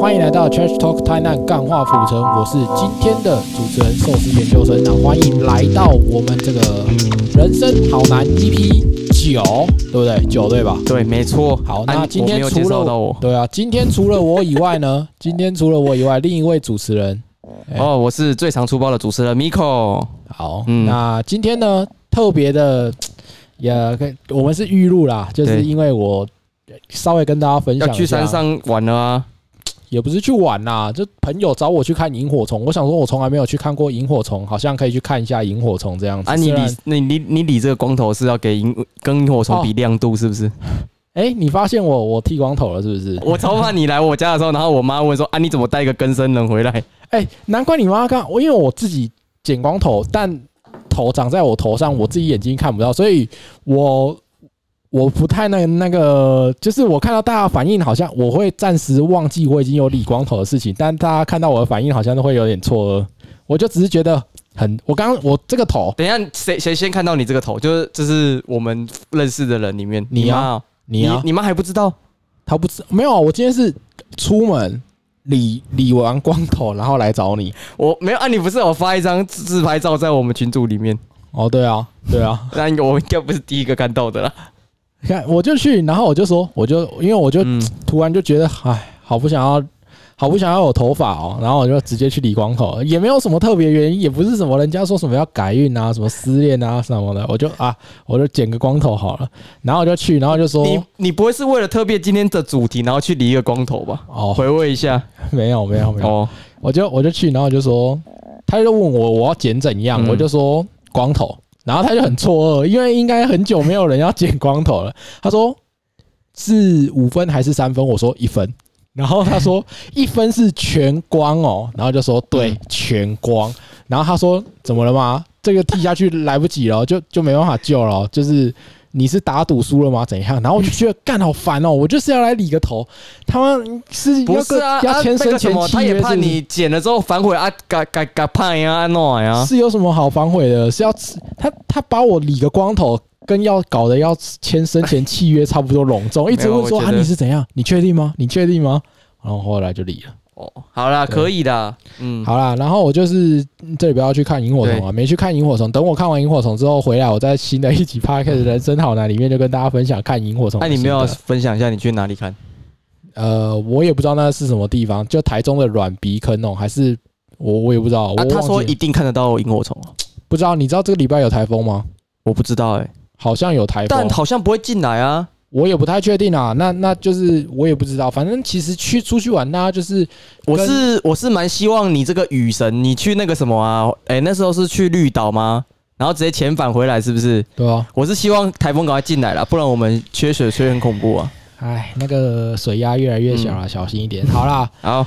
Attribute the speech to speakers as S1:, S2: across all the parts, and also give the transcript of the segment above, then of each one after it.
S1: 欢迎来到 Trash Talk 台南干话府城，我是今天的主持人寿司研究生。那欢迎来到我们这个人生好难 EP 九，对不对？九对吧？
S2: 对，没错。
S1: 好，
S2: 啊
S1: 那今天
S2: 我没有
S1: 除
S2: 介绍
S1: 了
S2: 到我
S1: 对啊，今天除了我以外呢， 今天除了我以外，另一位主持人。哎
S2: 哦，我是最常出包的主持人 Miko。
S1: 好，
S2: 嗯
S1: 那今天呢，特别的，也跟我们是预录啦，就是
S2: 对
S1: 因为我稍微跟大家分
S2: 要
S1: 享
S2: 去
S1: 一下
S2: 山上玩了啊！
S1: 也不是去玩啦、就朋友找我去看萤火虫。我想说，我从来没有去看过萤火虫，好像可以去看一下萤火虫这样子。
S2: 啊，你
S1: 虽然
S2: 理你你你理这个光头是要给萤跟萤火虫比亮度是不是？
S1: 哎、你发现我我剃光头了是不是？
S2: 我超怕你来我家的时候，然后我妈问说啊，你怎么带一个更生人回来？
S1: 哎、难怪你妈看我，因为我自己剪光头，但头长在我头上，我自己眼睛看不到，所以我我不太那那个，就是我看到大家反应，好像我会暂时忘记我已经有理光头的事情，但大家看到我的反应，好像都会有点错愕。我就只是觉得很，我刚刚我这个头，
S2: 等一下，谁谁先看到你这个头？就是这是我们认识的人里面，
S1: 你啊
S2: 妈哦
S1: 你啊，
S2: 你妈还不知道？
S1: 他不知没有啊，我今天是出门理理完光头，然后来找你。
S2: 我没有啊，你不是有发一张自自拍照在我们群组里面？
S1: 哦，对啊，对啊，
S2: 那我应该不是第一个看到的啦。
S1: 你看我就去，然后我就说，我就因为我就
S2: 嗯，
S1: 突然就觉得，哎，好不想要，好不想要有头发哦，然后我就直接去理光头，也没有什么特别原因，也不是什么人家说什么要改运啊，什么失恋啊什么的，我就啊，我就剪个光头好了，然后我就去，然后就说，
S2: 你你不会是为了特别今天的主题，然后去理一个光头吧？
S1: 哦，啊
S2: 回味一下
S1: 没有没有没有，
S2: 哦，
S1: 我就我就去，然后我就说，他就问我我要剪怎样，
S2: 嗯
S1: 我就说光头，然后他就很错愕，因为应该很久没有人要剪光头了。 他说是五分还是三分？我说一分。然后他 说一分是全光哦，然后就说对
S2: 嗯
S1: 全光。然后他说怎么了吗？这个剃下去来不及了，就就没办法救了，就是。你是打赌输了吗？怎样？然后我就觉得干好烦哦，我就是要来理个头，他们是要
S2: 不是啊，
S1: 跟要
S2: 啊
S1: 签
S2: 那
S1: 生
S2: 个什
S1: 前
S2: 么，
S1: 契
S2: 他也
S1: 约，
S2: 怕你剪了之后反悔啊，嘎嘎嘎怕呀，安诺呀，
S1: 是有什么好反悔的？是要吃他他把我理个光头，跟要搞得要签生前契约差不多隆重，一直问说
S2: 我觉
S1: 啊
S2: 得
S1: 你是怎样？你确定吗？你确定吗？然后后来就理了。
S2: 哦，好啦，
S1: 对
S2: 可以的，嗯，
S1: 好啦，然后我就是嗯这里不要去看萤火虫啊，没去看萤火虫。等我看完萤火虫之后回来，我在新的一集 p o d 人生好难》里面就跟大家分享看萤火虫。
S2: 那你们要？分享一下你去哪里看？
S1: 呃，我也不知道那是什么地方，就台中的软鼻坑哦，还是我我也不知道。我
S2: 啊，他
S1: 忘
S2: 说
S1: 记
S2: 一定看得到萤火虫哦，
S1: 不知道，你知道这个礼拜有台风吗？
S2: 我不知道
S1: 欸
S2: 哎，
S1: 好像有台风，
S2: 但好像不会进来啊，
S1: 我也不太确定啊，那那就是我也不知道，反正其实去出去玩，大家就是
S2: 我是我是蛮希望你这个雨神，你去那个什么啊，哎，那时候是去绿岛吗？然后直接遣返回来是不是？
S1: 对吧、
S2: 我是希望台风赶快进来了，不然我们缺水缺很恐怖啊。
S1: 哎，那个水压越来越小了，
S2: 嗯
S1: 小心一点。好啦，
S2: 好，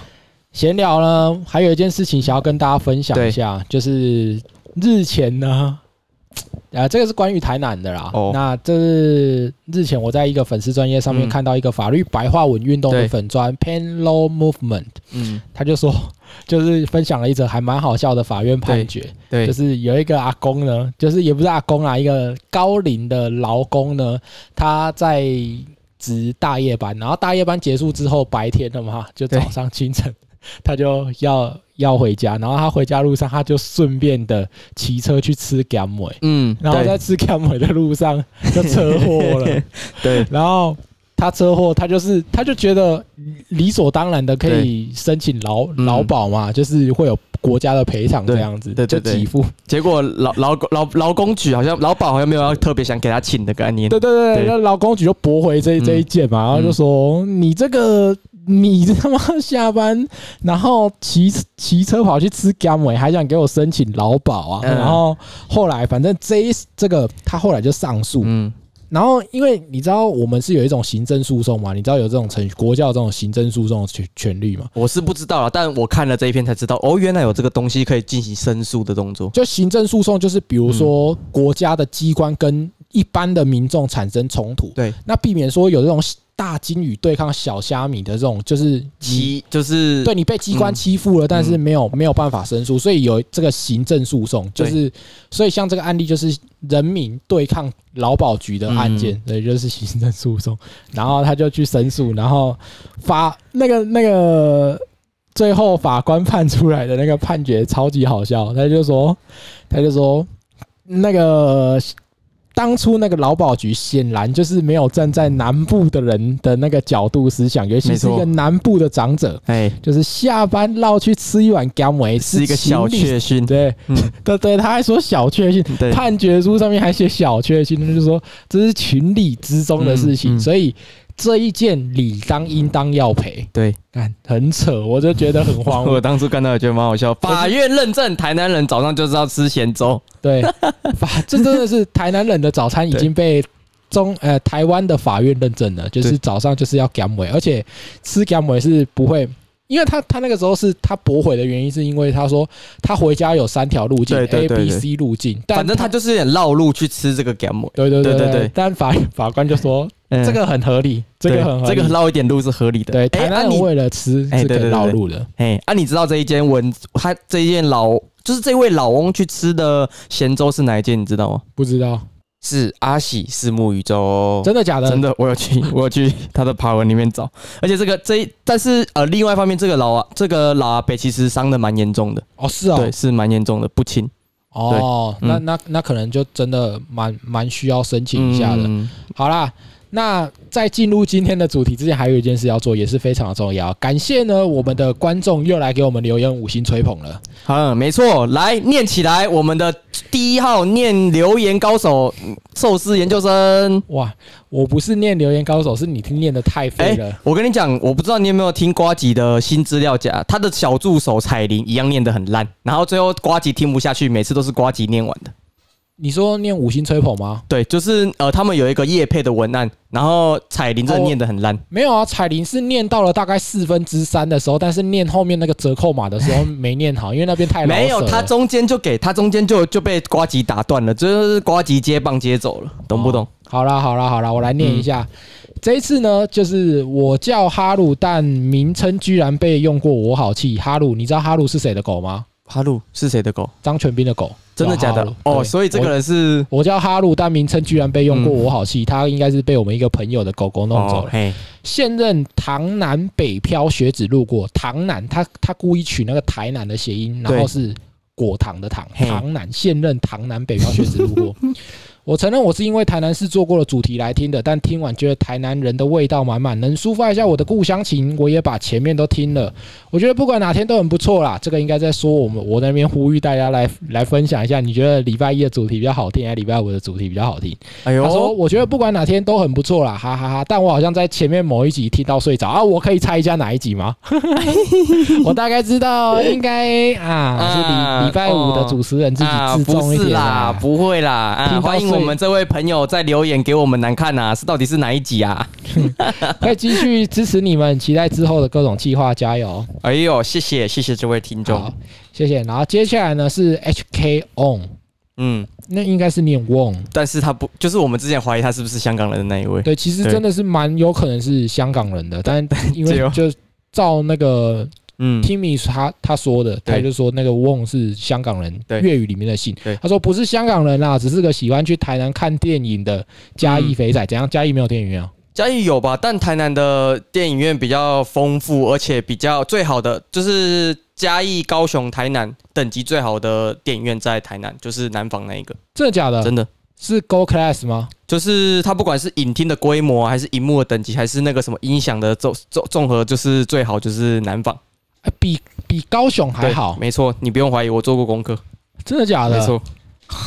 S1: 闲聊呢，还有一件事情想要跟大家分享一下，就是日前呢，啊，这个是关于台南的啦。
S2: 哦
S1: 那这是日前我在一个粉丝专业上面
S2: 嗯
S1: 看到一个法律白话文运动的
S2: 对
S1: 粉专 Pen Law Movement，
S2: 嗯，
S1: 他就说， 就是分享了一则还蛮好笑的法院判
S2: 对
S1: 决。
S2: 对
S1: 就，是有一个阿公呢，就是也不是阿公啦，一个高龄的劳工呢，他在值大夜班，然后大夜班结束之后，白天了嘛，就早
S2: 对
S1: 上清晨， 他就要要回家，然后他回家路上，他就顺便的骑车去吃干梅，
S2: 嗯，
S1: 然后
S2: 对
S1: 在吃干梅的路上就车祸了，
S2: 对，
S1: 然后。他车祸，他就是，他就觉得理所当然的可以申请劳
S2: 嗯
S1: 劳保嘛，就是会有国家的赔偿这
S2: 对
S1: 样子，
S2: 对
S1: 就
S2: 对对
S1: 给付。
S2: 结果劳劳劳劳工局好像劳保好像没有要特别想给他请的概念。
S1: 对对对，
S2: 对
S1: 那劳工局就驳回这
S2: 嗯
S1: 这一件嘛，然后就说你这个你他妈下班然后骑骑车跑去吃干梅，还想给我申请劳保啊？
S2: 嗯
S1: 然后后来反正这一这个他后来就上诉，
S2: 嗯，
S1: 然后因为你知道我们是有一种行政诉讼嘛，你知道有这种程序，国家有这种行政诉讼的权权利嘛？
S2: 我是不知道了，但我看了这一篇才知道，哦，原来有这个东西可以进行申诉的动作。
S1: 就行政诉讼就是比如
S2: 嗯
S1: 说国家的机关跟一般的民众产生冲突，
S2: 对，
S1: 那避免说有这种大金鱼对抗小虾米的这种，就是你
S2: 其就是
S1: 嗯对你被机关
S2: 嗯
S1: 欺负了，但是没有没有办法申诉，所以有这个行政诉讼，就
S2: 对
S1: 是所以像这个案例就是人民对抗劳保局的案件，
S2: 嗯
S1: 对，就是行政诉讼，然后他就去申诉，然后法那个那个最后法官判出来的那个判决超级好笑，他就说，他就说，那个当初那个劳保局显然就是没有站在南部的人的那个角度思想，尤其
S2: 没
S1: 是
S2: 错
S1: 一个南部的长者，
S2: 哎，
S1: 就是下班绕去吃一碗姜梅，
S2: 是一个小
S1: 情侣。
S2: 确幸。
S1: 对，
S2: 嗯，
S1: 对对，他还说小确幸，
S2: 对，
S1: 判决书上面还写小确幸，就是说这是情理之中的事情，
S2: 嗯嗯
S1: 所以这一件理当应当要赔。
S2: 对，
S1: 干很扯，我就觉得很荒
S2: 我
S1: 谬。
S2: 当初看到也觉得蛮好笑。法院认证，台南人早上就知道吃咸粥。
S1: 对，法这真的是台南人的早餐已经被中呃台湾的法院认证了，就是
S2: 对
S1: 早上就是要干尾，而且吃干尾是不会。因为他他那个时候是他驳回的原因，是因为他说他回家有三条路径
S2: 对对
S1: A、
S2: 对
S1: B、
S2: 对
S1: C 路径，但
S2: 反正他就是有点绕路去吃这个 g a m
S1: 对对对
S2: 对对
S1: 对
S2: 对，嗯
S1: 但法法官就说这个很合理，嗯这个很合
S2: 这
S1: 理
S2: 个绕一点路是合理的。
S1: 对，
S2: 哎，
S1: 台
S2: 啊
S1: 南人
S2: 你
S1: 为了吃
S2: 哎
S1: 是
S2: 对
S1: 可以
S2: 对对
S1: 绕路的，
S2: 哎，啊，你知道这一间文，他这一间老就是这位老翁去吃的咸粥是哪一间？你知道吗？
S1: 不知道
S2: 是阿喜是木鱼粥，
S1: 真的假的？
S2: 哦真的，我有去，我有去他的爬文里面找。而且这个这一，但是呃，另外一方面，这个老啊，这个老阿北其实伤的蛮严重的，
S1: 哦，是哦
S2: 对，，是蛮严重的，不轻，
S1: 哦，
S2: 对
S1: 那
S2: 嗯
S1: 那那可能就真的蛮蛮需要申请一下的。
S2: 嗯
S1: 好啦，那在进入今天的主题之前，还有一件事要做，也是非常的重要。感谢呢，我们的观众又来给我们留言五星吹捧了。
S2: 好了，没错，来念起来，我们的第一号念留言高手嗯寿司研究生。
S1: 哇，我不是念留言高手，是你听念的太
S2: 哎、
S1: 飞了。
S2: 我跟你讲，我不知道你有没有听瓜吉的新资料夹，他的小助手彩铃一样念得很烂，然后最后瓜吉听不下去，每次都是瓜吉念完的。
S1: 你说念五星吹捧吗？
S2: 对，就是呃，他们有一个叶配的文案，然后彩铃真的念得很烂。
S1: 没有啊，彩铃是念到了大概四分之三的时候，但是念后面那个折扣码的时候没念好，因为那边太老
S2: 哎没有，
S1: 舍了
S2: 他中间就给他中间就就被瓜吉打断了，就是瓜吉接棒接走了，懂不懂？
S1: 好啦，好啦，好啦，我来念一下。这一次呢，就是我叫哈鲁，但名称居然被用过，我好气。哈鲁，你知道哈鲁是谁的狗吗？
S2: 哈鲁是谁的狗？
S1: 张全斌的狗，
S2: 真的
S1: 叫
S2: 假
S1: 哈
S2: 的
S1: 鲁？
S2: 哦，
S1: 对
S2: 所以这个
S1: 我
S2: 人是
S1: 我叫哈鲁，但名称居然被用过，
S2: 嗯
S1: 我好气。他应该是被我们一个朋友的狗狗弄走
S2: 哦
S1: 了。
S2: 嘿，
S1: 现任唐南北漂学子路过，唐南他他故意取那个台南的谐音，然
S2: 对
S1: 后是果糖的糖，
S2: 嘿
S1: 唐南现任唐南北漂学子路 过。我承认我是因为台南市做过的主题来听的，但听完觉得台南人的味道满满，能抒发一下我的故乡情，我也把前面都听了。我觉得不管哪天都很不错啦。这个应该在说我们我那边呼吁大家来来分享一下，你觉得礼拜一的主题比较好听，还是礼拜五的主题比较好听？
S2: 哎
S1: 他说：“
S2: 呦，
S1: 我觉得不管哪天都很不错啦，哈哈哈但我好像在前面某一集听到睡着啊，我可以猜一下哪一集 吗？我大概知道，应该啊
S2: 啊
S1: 是礼礼拜五的主持人自己
S2: 啊，
S1: 自重
S2: 不
S1: 一
S2: 是
S1: 点
S2: 啦，不会啦，啊，
S1: 听到
S2: 欢迎
S1: 所
S2: 我
S1: 以
S2: 们这位朋友在留言给我们难看啊，是到底是哪一集啊？
S1: 可以继续支持你们，期待之后的各种计划，加油！
S2: 哎呦，谢谢谢谢这位听
S1: 好
S2: 众，，
S1: 谢谢。然后接下来呢是 H K On，
S2: 嗯，
S1: 那应该是念 Won。”
S2: 但是他不，就是我们之前怀疑他是不是香港人的那一位，
S1: 对，其实
S2: 对哦
S1: 真的是蛮有可能是香港人的，但因
S2: 只
S1: 为
S2: 有
S1: 就照那个
S2: 嗯，
S1: Timmy 他他说的，
S2: 对
S1: 他就说那个翁是香港人，
S2: 对
S1: 粤语里面的姓
S2: 对。
S1: 他说不是香港人啦，只是个喜欢去台南看电影的嘉
S2: 嗯
S1: 义肥仔。怎样？嘉义没有电影院啊？
S2: 嘉义有吧，但台南的电影院比较丰富，而且比较最好的就是嘉义、高雄、台南等级最好的电影院在台南，就是南方那一个，
S1: 真的假的？
S2: 真的。
S1: 是 Go Class 吗？
S2: 就是它不管是影厅的规模啊，还是荧幕的等级，还是那个什么音响的综综综合，就是最好就是南方
S1: 哎比比高雄还
S2: 对
S1: 好，
S2: 没错，你不用怀疑，我做过功课，
S1: 真的假
S2: 没
S1: 的？
S2: 错，
S1: 好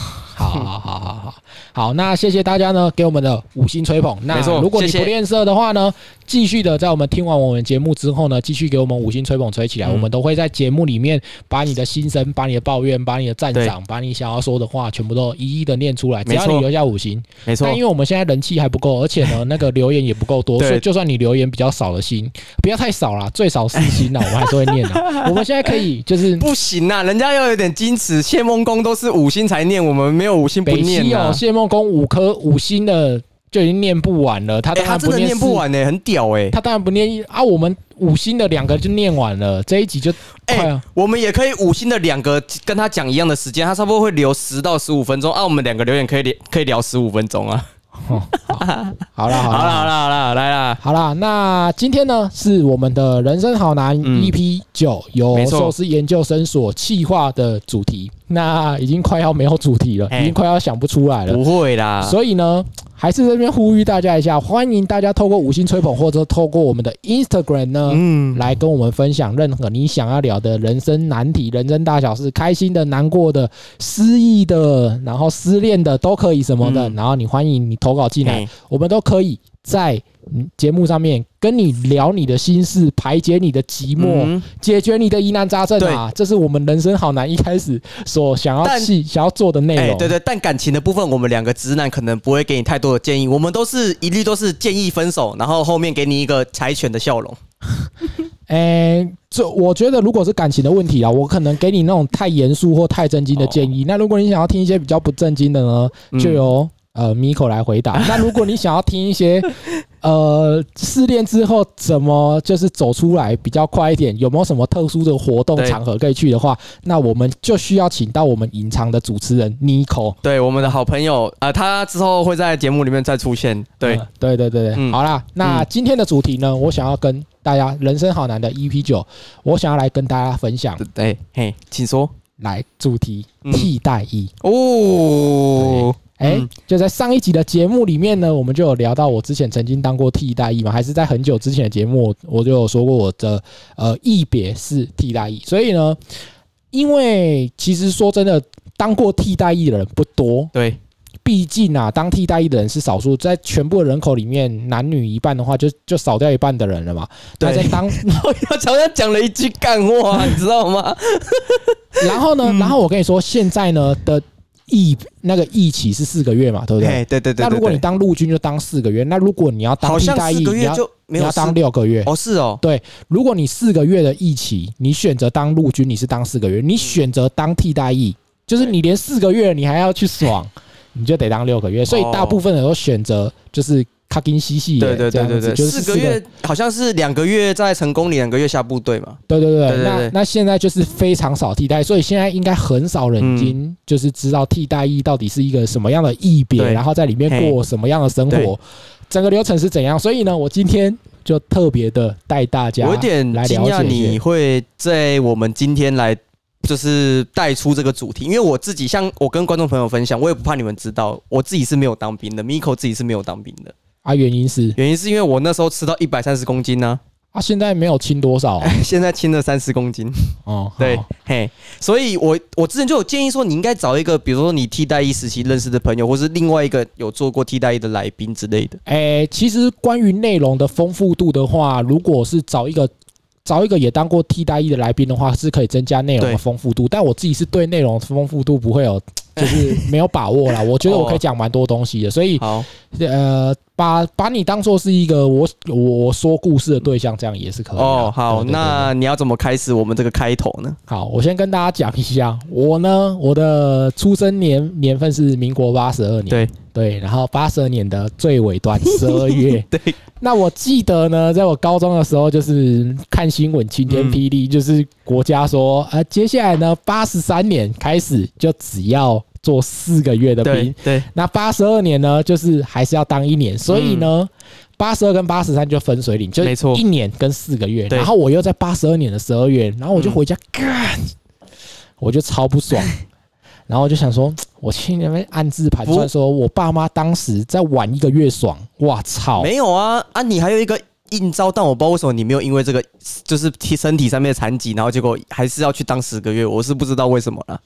S1: 好好好好好，那谢谢大家呢给我们的五星吹捧。那
S2: 没错
S1: 如果你
S2: 谢
S1: 不
S2: 谢
S1: 练色的话呢，继续的在我们听完我们节目之后呢，继续给我们五星吹捧吹起来，
S2: 嗯
S1: 我们都会在节目里面把你的心声、把你的抱怨、把你的赞赏、把你想要说的话，全部都一一的念出来。只
S2: 没
S1: 要
S2: 错
S1: 你留下五星，
S2: 没错
S1: 但，因为我们现在人气还不够，而且呢那个留言也不够 多，
S2: 对
S1: 所以就算你留言比较少的星，不要太少啦，最少四星啦，我们还是会念 的。我们现在可以就是
S2: 不行啊，人家要有点矜持，谢梦工都是五星才念，我们没有五星不
S1: 北
S2: 念
S1: 西
S2: 啊
S1: 哦，。谢梦公五颗五星的就已经念不完了，他
S2: 哎、
S1: 当
S2: 他
S1: 然
S2: 真
S1: 不
S2: 的
S1: 念
S2: 念
S1: 四
S2: 不，完呢、很屌哎、
S1: 他当然不念一啊，我们五星的两个就念完了，这一集就
S2: 哎、
S1: 快了。
S2: 我们也可以五星的两个跟他讲一样的时间，他差不多会留十到十五分钟啊。我们两个留言可以聊可以聊十五分钟啊。
S1: 好啦，
S2: 好
S1: 好
S2: 啦好
S1: 啦，
S2: 啦好啦，来啦，
S1: 好啦，那今天呢是我们的人生好难
S2: 嗯
S1: EP 九、
S2: 没
S1: 由
S2: 错
S1: 寿司研究生所企划的主题，那已经快要没有主题了，
S2: 哎
S1: 已经快要想不出来了。
S2: 不会啦，
S1: 所以呢，还是这边呼吁大家一下，欢迎大家透过五星吹捧，或者透过我们的 Instagram 呢，
S2: 嗯，
S1: 来跟我们分享任何你想要聊的人生难题、人生大小事，开心的、难过的、失意的，然后失恋的都可以什么的。
S2: 嗯
S1: 然后你欢迎你投稿进来
S2: 嘿，
S1: 我们都可以在嗯节目上面跟你聊你的心事，排解你的寂寞，
S2: 嗯
S1: 解决你的疑难杂症啊！这是我们人生好难一开始所想要
S2: 但
S1: 去想要做的内
S2: 哎、
S1: 容。
S2: 对对，但感情的部分，我们两个直男可能不会给你太多的建议，我们都是一律都是建议分手，然后后面给你一个柴犬的笑容。
S1: 诶、这我觉得如果是感情的问题啊，我可能给你那种太严肃或太震惊的建议。那如果你想要听一些比较不正经的呢，
S2: 哦嗯
S1: 就由、呃 Miko 来回 答。那如果你想要听一些呃失恋之后怎么就是走出来比较快一点，有没有什么特殊的活动
S2: 对
S1: 场合可以去的话，那我们就需要请到我们隐藏的主持人 Miko。
S2: 对，我们的好朋友啊、呃他之后会在节目里面再出现。对，
S1: 嗯对对对对，
S2: 嗯
S1: 好啦，那
S2: 嗯
S1: 今天的主题呢，我想要跟大家《人生好难》的 EP 九，我想要来跟大家分享。
S2: 哎、嘿，请说。
S1: 来主题
S2: 嗯
S1: 替代役。
S2: 哦，
S1: 哎、
S2: 嗯
S1: 就在上一集的节目里面呢，我们就有聊到我之前曾经当过替代役嘛，还是在很久之前的节目，我就有说过我的呃役别是替代役，所以呢，因为其实说真的，当过替代役的人不多，
S2: 对，
S1: 毕竟啊，当替代役的人是少数，在全部的人口里面，男女一半的话就，就少掉一半的人了嘛。那
S2: 对
S1: 在当
S2: 我要常常讲了一句干话，你知道吗？
S1: 然后呢，然后我跟你说，现在呢的役那个役期是四个月嘛，对不对？
S2: 嘿，对对对对
S1: 那如果你
S2: 对
S1: 当陆军就当四个月，那如果你要当
S2: 好
S1: 替
S2: 像
S1: 代
S2: 四
S1: 役，
S2: 个
S1: 你
S2: 月
S1: 要
S2: 就
S1: 你
S2: 没有
S1: 要当
S2: 事
S1: 六个月。
S2: 哦，是哦，
S1: 如果你四个月的役期，你选择当陆军，你是当四个月；
S2: 嗯
S1: 你选择当替代役，就是你连四个月你还要去爽，你就得当六个月。所以大部分人都选择就是卡金西系，
S2: 哦对对对对对，
S1: 就是
S2: 四个月好像是两个月在成功里，两个月下部队嘛。
S1: 对对对，
S2: 对对
S1: 那
S2: 对
S1: 那现在就是非常少替代，所以现在应该很少人已经就是知道替代役到底是一个什么样的役别，
S2: 嗯对
S1: 然后在里面过什么样的生
S2: 对
S1: 活，整个流程是怎样。所以呢，我今天就特别的带大家，
S2: 我有点
S1: 来
S2: 惊
S1: 了
S2: 讶
S1: 解一
S2: 你
S1: 下
S2: 会在我们今天来就是带出这个主题，因为我自己像我跟观众朋友分享，我也不怕你们知道，我自己是没有当兵的，Miko 自己是没有当兵的，
S1: 啊，原因是
S2: 原因是因为我那时候吃到一百三十公斤呢、
S1: 啊，现在没有轻多少啊
S2: 现在轻了三十公斤，
S1: 哦，
S2: 哎 对
S1: 好，
S2: 嘿，所以我我之前就有建议说，你应该找一个，比如说你替代役时期认识的朋友，或是另外一个有做过替代役的来宾之类的，
S1: 诶、其实关于内容的丰富度的话，如果是找一个找一个也当过替代役的来宾的话，是可以增加内容的
S2: 对
S1: 丰富度。但我自己是对内容丰富度不会有，就是没有把握啦。我觉得我可以讲蛮多东西的，所以
S2: 哦好，
S1: 呃，把把你当做是一个我我我说故事的对象，这样也是可以的。
S2: 哦，好，
S1: 对对对
S2: 那你要怎么开始我们这个开头呢？
S1: 好，我先跟大家讲一下，我呢，我的出生年年份是民国八十二年，
S2: 对
S1: 对，然后八十二年的最尾端十二月，
S2: 对，
S1: 那我记得呢，在我高中的时候，就是看新闻晴天霹
S2: 嗯
S1: 雳，就是国家说，呃，接下来呢，八十三年开始就只要做四个月的
S2: 对
S1: 兵，
S2: 对，
S1: 那八十二年呢，就是还是要当一年，所以呢。八十二跟八十三就分水岭，就
S2: 嗯没错
S1: 一年跟四个月。
S2: 对
S1: 然后我又在八十二年的十二月，然后我就
S2: 嗯
S1: 回家，干、我就超不 爽。然后我就想说，我心里面暗自盘算
S2: 不
S1: 说我爸妈当时再晚一个月爽，哇操！
S2: 没有啊啊！你还有一个应招，但我不知道为什么你没有因为这个就是体身体上面的残疾，然后结果还是要去当十个月，我是不知道为什么啦。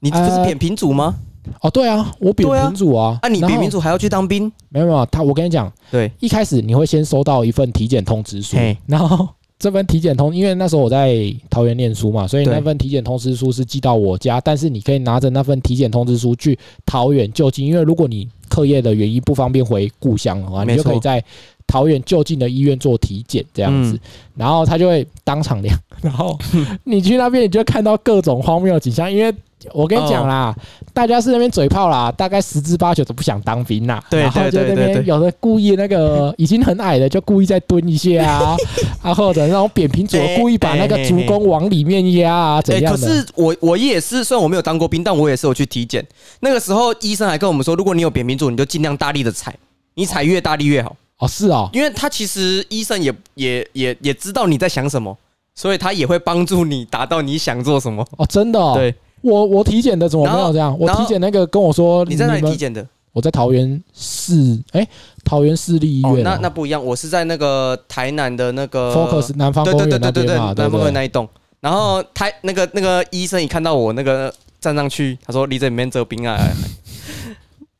S2: 你不
S1: 呃
S2: 是扁平足吗？
S1: 哦，对啊，我扁
S2: 对啊
S1: 平足啊，
S2: 啊，你
S1: 然后
S2: 扁平足还要去当兵？
S1: 没有没有他，我跟你讲，
S2: 对，
S1: 一开始你会先收到一份体检通知书
S2: 嘿，
S1: 然后这份体检通，因为那时候我在桃园念书嘛，所以
S2: 对
S1: 那份体检通知书是寄到我家，但是你可以拿着那份体检通知书去桃园就近，因为如果你课业的原因不方便回故乡的话，你
S2: 没
S1: 就
S2: 错
S1: 可以在桃园就近的医院做体检这样子，
S2: 嗯
S1: 然后他就会当场量，然 后你去那边你就会看到各种荒谬的景象，因为。我跟你讲啦，大家是那边嘴炮啦，大概十之八九都不想当兵啦。
S2: 对
S1: 然后
S2: 对
S1: 就
S2: 对
S1: 那
S2: 对
S1: 边
S2: 对
S1: 有的故意那个已经很矮的，就故意再蹲一下啊， 啊或者那种扁平足
S2: 哎
S1: 故意把那个
S2: 哎
S1: 足弓往里面压啊，怎
S2: 哎、
S1: 样
S2: 可
S1: 的？
S2: 是我我也是，虽然我没有当过兵，但我也是有去体检。那个时候医生还跟我们说，如果你有扁平足，你就尽量大力的踩，你踩越大力越好，
S1: 哦，是哦，
S2: 因为他其实医生也也也也知道你在想什么，所以他也会帮助你达到你想做什么。
S1: 哦，真的哦。
S2: 对，
S1: 我我体检的怎么没
S2: 然
S1: 有
S2: 后
S1: 这样？我
S2: 然后
S1: 体检那个跟我说
S2: 你在哪里
S1: 们
S2: 体检的？
S1: 我在桃园市，哎、桃园市立医
S2: 哦，
S1: 院啊、
S2: 那那不一样，我是在那个台南的那个
S1: Focus 南方
S2: 对
S1: 公
S2: 对
S1: 园
S2: 对
S1: 那
S2: 对
S1: 边
S2: 对对，
S1: 嘛，
S2: 南
S1: 对
S2: 方
S1: 不
S2: 公园那
S1: 对？
S2: 一栋。然后他那个那个医生一看到我那个站上去，他说：“你这里面走冰啊，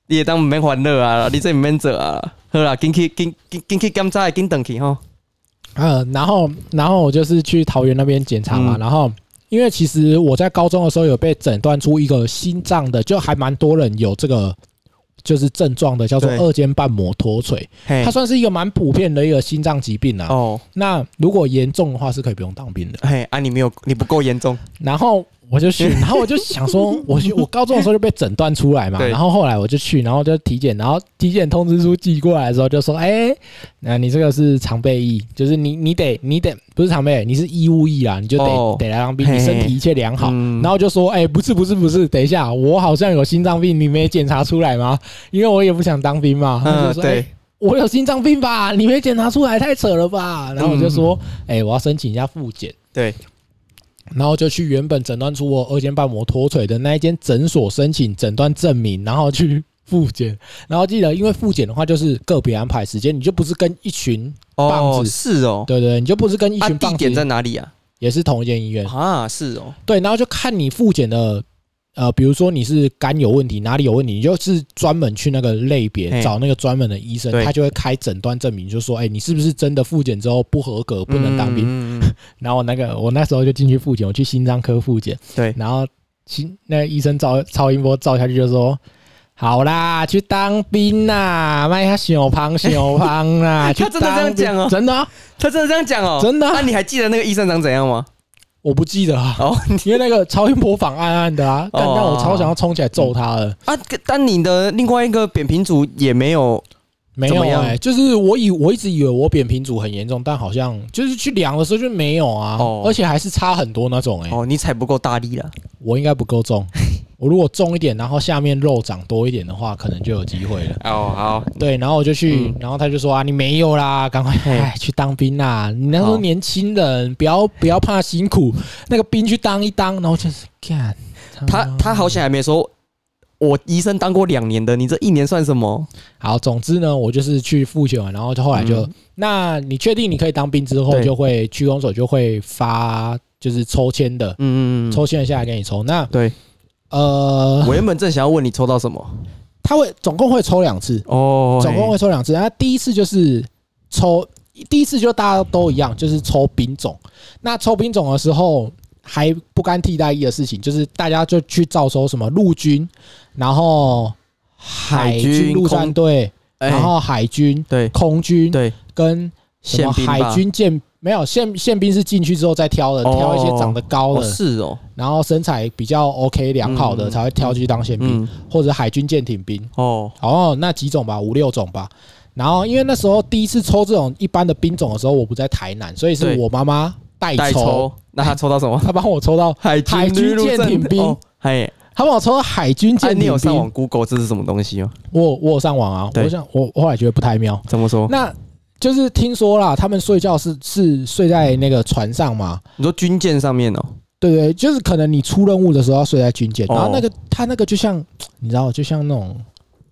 S2: 你也当没欢乐啊，你这里面走啊，好啦，紧去紧紧紧去检查，紧等去吼。
S1: 呃，然后然后我就是去桃园那边检查嘛，
S2: 嗯
S1: 然后因为其实我在高中的时候有被诊断出一个心脏的，就还蛮多人有这个就是症状的，叫做
S2: 对
S1: 二尖瓣膜脱垂，”
S2: 嘿
S1: 它，算是一个蛮普遍的一个心脏疾病啊。
S2: 哦，
S1: 那如果严重的话，是可以不用当兵的。
S2: 嘿，啊，你没有，你不够严重，
S1: 然后我就 去，然后我就想说，我去，我高中的时候就被诊断出来嘛，
S2: 对
S1: 然后后来我就去，然后就体检，然后体检通知书寄过来的时候就说，哎，那你这个是常备役，就是你你得你得不是常备，你是义务役啊，你就得、
S2: 哦
S1: 得来当兵，你
S2: 嘿嘿
S1: 身体一切良好。
S2: 嗯
S1: 然后就说，哎，不是不是不是，等一下，我好像有心脏病，你没检查出来吗？因为我也不想当兵嘛。他就
S2: 嗯，
S1: 说，哎
S2: 对，
S1: 我有心脏病吧？你没检查出来，太扯了吧？然后我就说，
S2: 嗯
S1: 哎、我要申请一下复检。
S2: 对，
S1: 然后就去原本诊断出我二尖瓣膜脱垂的那一间诊所申请诊断证明，然后去复检。然后记得，因为复检的话就是个别安排时间，你就不是跟一群，棒
S2: 哦，
S1: 子
S2: 是哦，
S1: 对对，你就不是跟一
S2: 啊，
S1: 群
S2: 地
S1: 棒
S2: 点在
S1: 子，
S2: 哪里啊？
S1: 也是同一间医院。
S2: 啊，是哦，
S1: 对，然后就看你复检的，呃，比如说你是肝有问题，哪里有问题，你就是专门去那个类别
S2: 嘿
S1: 找那个专门的医生，
S2: 对
S1: 他就会开诊断证明，就说，哎，你是不是真的复检之后不合格，不能当兵？
S2: 嗯，嗯嗯
S1: 然后我那个我那时候就进去复检，我去心脏科复检，
S2: 对，
S1: 然后心那个医生照超音波照下去就说。好啦，去当兵啦，卖下小胖小胖 啦，去
S2: 他真的这样
S1: 当兵
S2: 讲哦
S1: 真的啊、
S2: 他真的这样讲哦，
S1: 真的啊
S2: 那你还记得那个医生长怎样吗？
S1: 我不记得 啊，
S2: 哦，你
S1: 因为那个超音波仿暗暗的啊，但
S2: 哦
S1: 让我超想要冲起来揍他的。
S2: 啊，可但你的另外一个扁平足也没有
S1: 没
S2: 怎
S1: 有
S2: 么样
S1: 哎、就是我以我一直以为我扁平足很严重，但好像就是去量的时候就没有啊，
S2: 哦
S1: 而且还是差很多那种哎、
S2: 哦，你踩不够大力了。
S1: 我应该不够 重，我如果重一点，然后下面肉长多一点的话，可能就有机会了。
S2: 哦，好，
S1: 对，然后我就去，
S2: 嗯
S1: 然后他就说啊，你没有啦，赶快
S2: 嘿
S1: 哎去当兵啦！你那时候
S2: 好
S1: 年轻人，不要不要怕辛苦， 那个兵去当一当，然后就是干
S2: 他他好像还没说，我医生当过两年的，你这一年算什么？
S1: 好，总之呢，我就是去复选完，然后就后来就，
S2: 嗯
S1: 那你确定你可以当兵之后，
S2: 对
S1: 就会区公所就会发就是抽签的，
S2: 嗯嗯嗯，
S1: 抽签的下来给你抽。那
S2: 对，
S1: 呃，
S2: 我原本正想要问你抽到什么
S1: 他会总共会抽两次，
S2: 哦
S1: 总共会抽两次。那第一次就是抽，第一次就大家都一样，就是抽兵种。那抽兵种的时候。还不甘替代役的事情，就是大家就去照收什么陆军，然后海
S2: 海军
S1: 军陆
S2: 空
S1: 战队，
S2: 哎
S1: 然后海军、
S2: 对
S1: 空军、
S2: 对
S1: 跟什
S2: 宪
S1: 么
S2: 兵吧
S1: 海军舰没有宪宪兵是进去之后再挑的，
S2: 哦
S1: 挑一些长得高
S2: 哦
S1: 的，
S2: 是哦，
S1: 然后身材比较 OK 良好的
S2: 嗯
S1: 才会挑去当宪兵，
S2: 嗯
S1: 或者海军舰艇兵。
S2: 哦
S1: 哦，那几种吧，五六种吧。然后因为那时候第一次抽这种一般的兵种的时候，我不在台南，所以是
S2: 对
S1: 我妈妈代
S2: 代
S1: 抽，
S2: 抽，那他抽到什么？
S1: 她帮我抽到，
S2: 海
S1: 海军
S2: 军
S1: 舰艇兵
S2: 哎，
S1: 她帮我抽到海军
S2: 哎，
S1: 舰
S2: 你有
S1: 艇
S2: 上
S1: 兵
S2: 网。Google 这是什么东西哦？
S1: 我我有上网啊，
S2: 对哦
S1: 我想我我后来觉得不太妙。
S2: 怎么说？
S1: 那就是听说啦，他们睡觉是是睡在那个船上嘛，
S2: 你说军舰上面哦？
S1: 对对，就是可能你出任务的时候要睡在军舰，
S2: 哦
S1: 然后那个它那个就像你知道，就像那种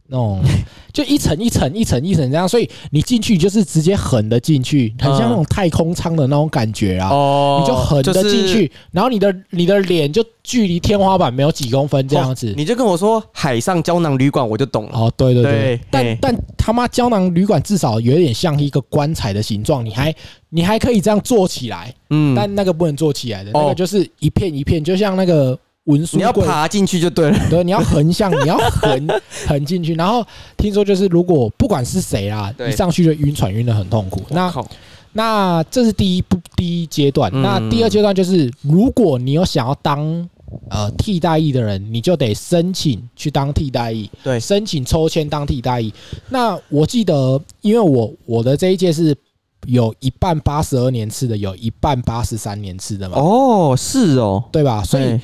S1: 那种 就一层一层一层一层这样，所以你进去就是直接横的进去，很像那种太空舱的那种感觉啊。
S2: 哦，
S1: 你就横的
S2: 是
S1: 进去，然后你的你的脸就距离天花板没有几公分这样子
S2: 哦。你就跟我说海上胶囊旅馆，我就懂了。
S1: 哦，对对对
S2: 对，
S1: 但
S2: 嘿
S1: 但他妈胶囊旅馆至少有点像一个棺材的形状，你还你还可以这样坐起来，
S2: 嗯，
S1: 但那个不能坐起来的，那
S2: 哦
S1: 个就是一片一片，就像那个文书
S2: 你要
S1: 柜
S2: 爬进去就对了。
S1: 对，你要横向，你要横 横进去。然后听说就是，如果不管是谁啦，
S2: 对
S1: 一上去就晕船，晕的很痛苦。那
S2: 靠
S1: 那这是第一步，第一阶段。
S2: 嗯
S1: 那第二阶段就是，如果你有想要当呃替代役的人，你就得申请去当替代役，
S2: 对
S1: 申请抽签当替代役。那我记得，因为我我的这一届是有一半八十二年次的，有一半八十三年次的嘛，
S2: 哦，是哦，
S1: 对吧？所以
S2: 对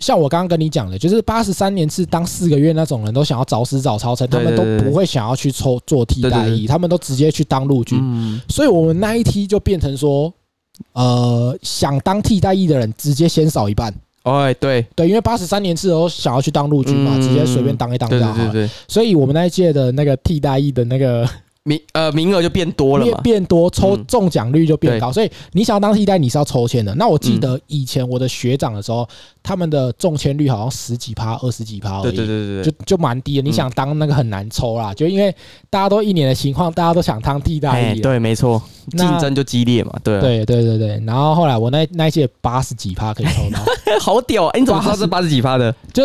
S1: 像我刚刚跟你讲的，就是八十三年次当四个月那种人都想要早死早超生，他
S2: 对
S1: 们都
S2: 对对对
S1: 不会想要去抽做替
S2: 对
S1: 代
S2: 对对
S1: 役，他们都直接去当陆军。
S2: 嗯，
S1: 所以我们那一批就变成说，呃，想当替代役的人直接先少一半。
S2: 哎，对，
S1: 对，因为八十三年次都想要去当陆军嘛，
S2: 嗯
S1: 直接随便当一当就
S2: 对
S1: 好
S2: 对
S1: 了。
S2: 对对，
S1: 所以我们那一届的那个替代役的那个
S2: 名呃名额就变多了
S1: 变
S2: 嘛，
S1: 变多，抽
S2: 嗯
S1: 中奖率就变高。所以你想要当替代，你是要抽签的。那我记得以前我的学长的时候，他们的中签率好像十几趴、二十几趴而
S2: 对
S1: 已。
S2: 对对对嗯
S1: 就
S2: 对，
S1: 就蛮低的，你想当那个很难抽啦，就因为大家都一年的情况，大家都想当替代
S2: 哎，
S1: 役了，
S2: 对，没错，
S1: 那
S2: 竞争就激烈嘛，对啊，
S1: 对对对对，然后后来我那那一届八十几趴可以抽 到，
S2: 哎，好屌啊！哎你怎么知道
S1: 八
S2: 是
S1: 十
S2: 八十几趴的？
S1: 就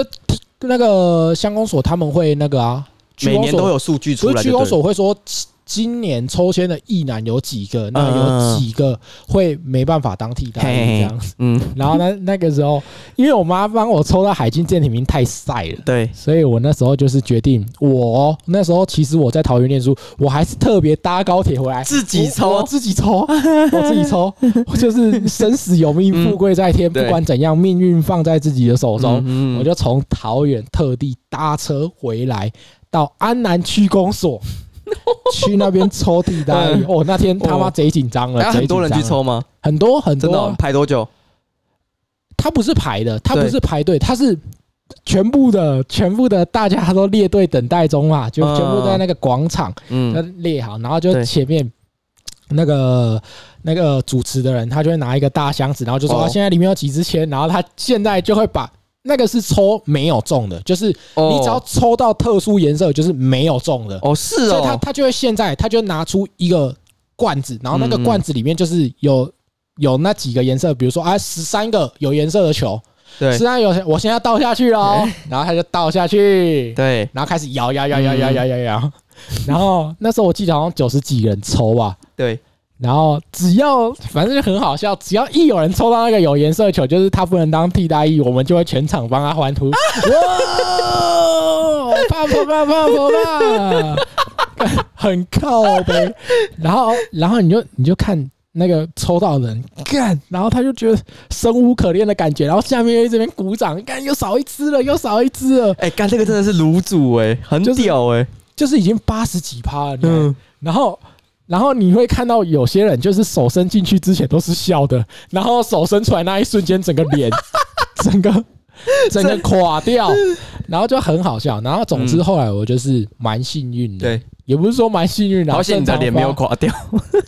S1: 那个乡公所他们会那个啊，区
S2: 每
S1: 公
S2: 年
S1: 所
S2: 都有数据出
S1: 所以
S2: 来
S1: 区
S2: 就对
S1: 公
S2: 了，
S1: 所会说，今今年抽签的役男有几个，
S2: 嗯
S1: 那有几个会没办法当替代役这样子。
S2: 嗯，
S1: 然后呢，那个时候因为我妈帮我抽到海军舰艇兵太晒了。
S2: 对，
S1: 所以我那时候就是决定，我哦那时候其实我在桃园念书，我还是特别搭高铁回来，
S2: 自己抽
S1: 我我自己 抽，我自己抽，我就是生死有命，
S2: 嗯
S1: 富贵在天，不
S2: 对
S1: 管怎样，命运放在自己的手中。
S2: 嗯
S1: 我就从桃园特地搭车回来到安南区公所，去那边抽替代役。
S2: 嗯
S1: 哦，那天他妈
S2: 哦
S1: 贼紧张了，
S2: 哎，
S1: 贼
S2: 很多人
S1: 紧
S2: 去
S1: 张了，
S2: 抽吗？
S1: 很多很
S2: 真的哦
S1: 多。
S2: 排多久？
S1: 他不是排的，他
S2: 对
S1: 不是排队，他是全部的全部的大家都列队等待中嘛，就
S2: 嗯
S1: 全部在那个广场
S2: 嗯
S1: 那，列好，然后就
S2: 对
S1: 前面。那个那个主持的人，他就会拿一个大箱子，然后就说、
S2: 哦
S1: 啊现在里面有几支签，然后他现在就会把那个是抽没有中的，就是你只要
S2: 哦
S1: 抽到特殊颜色，就是没有中的。
S2: 哦是
S1: 所以他
S2: 哦，
S1: 他就会现在他就拿出一个罐子，然后那个
S2: 嗯
S1: 罐子里面就是有有那几个颜色，比如说啊十三个有颜色的球，
S2: 对
S1: 十三有我现在倒下去喽，然后他就倒下去，
S2: 对，嗯
S1: 然后开始摇摇摇摇摇摇摇摇，然后那时候我记得好像九十几个人抽啊吧。
S2: 对，
S1: 然后只要反正就很好笑，只要一有人抽到那个有颜色的球，就是他不能当替代役，我们就会全场帮他欢呼，哇，啪啪啪啪啪啪，很靠呗。然后然后你就你就看那个抽到的人干，然后他就觉得生无可恋的感觉，然后下面又一直在那边鼓掌，干又少一只了，又少一只了，
S2: 哎，干这个真的是卤煮哎，很
S1: 就是
S2: 屌哎，
S1: 就是已经八十几趴了，你看
S2: 嗯，
S1: 然后，然后你会看到有些人就是手伸进去之前都是笑的，然后手伸出来那一瞬间，整个脸， 整个整个垮掉，然后就很好笑。然后总之
S2: 嗯
S1: 后来我就是蛮幸运的，
S2: 对，
S1: 也不是说蛮幸运的，
S2: 好险你的脸没有垮掉，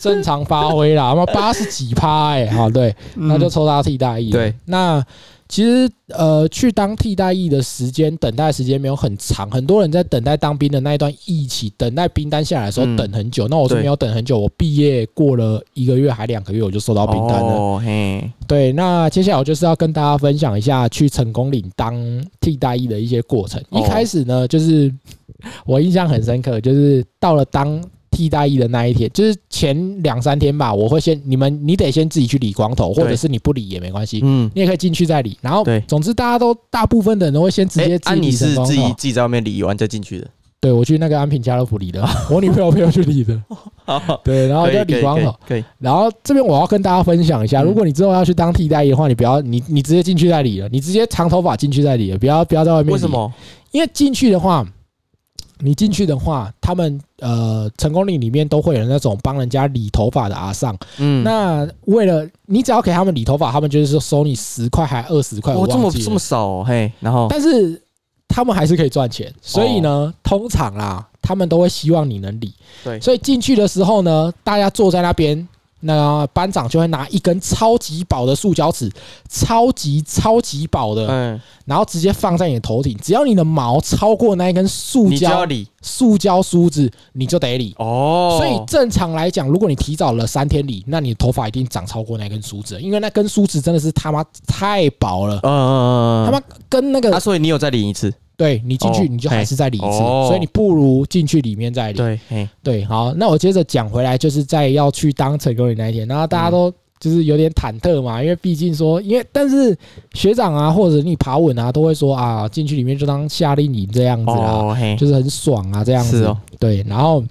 S1: 正常发挥啦，他妈八十几趴哎，好对，那就抽到替代役。
S2: 嗯对，
S1: 那其实呃，去当替代役的时间，等待时间没有很长，很多人在等待当兵的那一段一起等待兵单下来的时候
S2: 嗯
S1: 等很久。那我是
S2: 对
S1: 没有等很久，我毕业过了一个月还两个月，我就收到兵单了。
S2: 哦嘿，
S1: 对，那接下来我就是要跟大家分享一下去成功岭当替代役的一些过程。
S2: 哦
S1: 一开始呢，就是我印象很深刻，就是到了当替代役的那一天，就是前两三天吧，我会先你们你得先自己去理光头，或者
S2: 对
S1: 是你不理也没关系，
S2: 嗯，
S1: 你也可以进去再理。然后
S2: 对，
S1: 总之大家都大部分的人都会先直接
S2: 哎，
S1: 自
S2: 啊
S1: 己
S2: 你
S1: 理
S2: 是
S1: 成光
S2: 自己
S1: 头。
S2: 自己在外面理完再进去的，
S1: 对我去那个安平家乐福理 的，我女朋友陪我去理的。
S2: 好，
S1: 对，然后
S2: 可以
S1: 哦就
S2: 可
S1: 理
S2: 以
S1: 光头。
S2: 可以，可以
S1: 然后这边我要跟大家分享一下，
S2: 嗯
S1: 如果你之后要去当替代役的话，你不要你你直接进去再理了，你直接长头发进去再理了，不要不要在外面。
S2: 为什？么？
S1: 因为进去的话，你进去的话，他们呃成功岭里面都会有那种帮人家理头发的阿上，
S2: 嗯，
S1: 那为了你只要给他们理头发，他们就是说收你十块还二十块，我
S2: 哦这么
S1: 忘记了
S2: 这么少哦嘿，然后
S1: 但是他们还是可以赚钱，所以呢，通常啦，他们都会希望你能理。
S2: 对
S1: 所以进去的时候呢，大家坐在那边，那班长就会拿一根超级薄的塑胶纸，超级超级薄的，
S2: 嗯，
S1: 然后直接放在你的头顶，只要你的毛超过那一根塑
S2: 你就要
S1: 胶
S2: 理
S1: 塑胶梳子，你就得理。
S2: 哦，
S1: 所以正常来讲，如果你提早了三天理，那你的头发一定长超过那根梳子，因为那根梳子真的是他妈太薄了，
S2: 嗯嗯嗯，
S1: 他妈跟那个
S2: 啊，所以你有再理一次，
S1: 对你进
S2: 哦
S1: 去，你就还是再理一次，
S2: 哦
S1: 所以你不如进去里面再理。
S2: 对，嘿，
S1: 对，好，那我接着讲回来，就是在要去当成功人那一天，然后大
S2: 嗯
S1: 家都就是有点忐忑嘛，因为毕竟说，因为但是学长啊，或者你爬稳啊，都会说啊，进去里面就当夏令营这样子啦，
S2: 哦嘿，
S1: 就是很爽啊这样
S2: 是
S1: 子。
S2: 哦
S1: 对，然后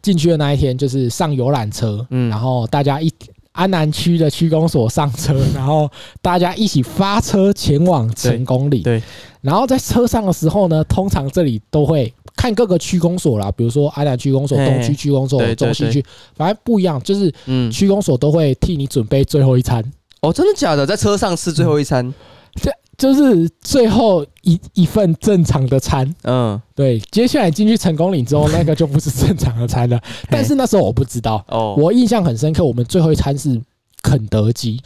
S1: 进去的那一天就是上游览车，
S2: 嗯
S1: 然后大家一。安南区的区公所上车，然后大家一起发车前往成功里。
S2: 对对
S1: 然后在车上的时候呢，通常这里都会看各个区公所啦，比如说安南区公所、
S2: 嘿
S1: 东区区公所、
S2: 对对
S1: 中西
S2: 对
S1: 区，反正不一样，就是
S2: 嗯，
S1: 区公所都会替你准备最后一餐。
S2: 哦，真的假的？在车上吃最后一餐，
S1: 就是最后一一份正常的餐，
S2: 嗯，
S1: 对，接下来进去成功岭之后，那个就不是正常的餐了。但是那时候我不知道，
S2: 哦，
S1: 我印象很深刻，我们最后一餐是肯德基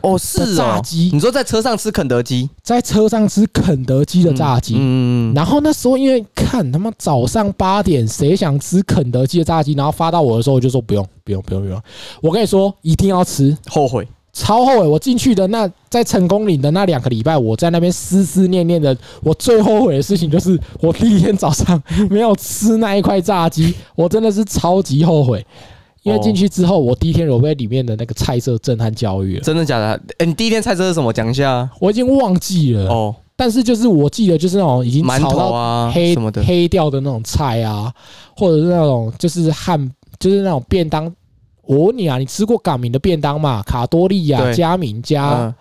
S2: 哦
S1: 的
S2: 是
S1: 炸
S2: 哦，
S1: 鸡，
S2: 你说在车上吃肯德基
S1: 在车上吃肯德基的炸鸡。
S2: 嗯嗯嗯
S1: 然后那时候因为看他妈早上八点，谁想吃肯德基的炸鸡？然后发到我的时候，我就说不用，不用，不用，不用。我跟你说，一定要吃，
S2: 嗯，后悔，
S1: 超后悔。我进去的那在成功岭的那两个礼拜，我在那边思思念念的，我最后悔的事情就是我第一天早上没有吃那一块炸鸡，我真的是超级后悔。因为进去之后，我第一天我被里面的那个菜色震撼教育了，
S2: 真的假的？哎，你第一天菜色是什么？讲一下啊。
S1: 我已经忘记了。
S2: 哦，
S1: 但是就是我记得就是那啊种已经
S2: 馒
S1: 炒
S2: 头
S1: 到
S2: 啊
S1: 黑
S2: 什么的，
S1: 黑掉的那种菜啊，或者是那种就是汉就是那种便当。我问你啊，你吃过港民的便当吗？卡多利亚、
S2: 对
S1: 佳明家，
S2: 嗯，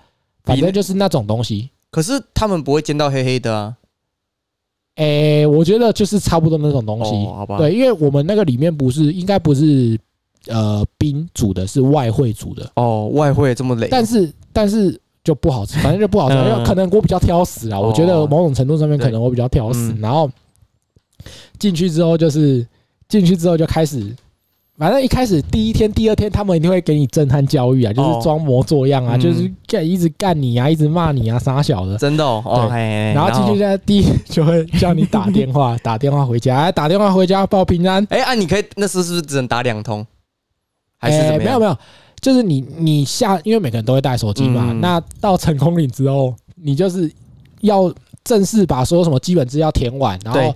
S1: 反
S2: 比那
S1: 正就是那种东西。
S2: 可是他们不会煎到黑黑的啊。
S1: 诶、我觉得就是差不多那种东西。
S2: 哦好吧
S1: 对，因为我们那个里面不是应该不是呃冰煮的，是外汇煮的，
S2: 哦，外汇这么累，
S1: 但是但是就不好吃，反正就不好吃，
S2: 嗯
S1: 因为可能我比较挑食啊，
S2: 哦
S1: 我觉得某种程度上面
S2: 对
S1: 可能我比较挑食，
S2: 嗯
S1: 然后进去之后就是进去之后就开始。反正一开始第一天、第二天，他们一定会给你震撼教育啊，就
S2: 哦
S1: 是装模作样啊，
S2: 嗯
S1: 就是干一直干你啊，一直骂你啊，傻小的。
S2: 真的哦，哦
S1: 对
S2: 嘿嘿
S1: 然后进去在第一就会叫你打电 话，打电话回家，哎打电话回家报平安。
S2: 哎、啊，你可以那时候是不是只能打两通，还是
S1: 哎，
S2: 怎么
S1: 没
S2: 样？
S1: 有没有，就是你你下，因为每个人都会带手机嘛。
S2: 嗯
S1: 那到成功岭之后，你就是要正式把所有什么基本资料填完，然后
S2: 对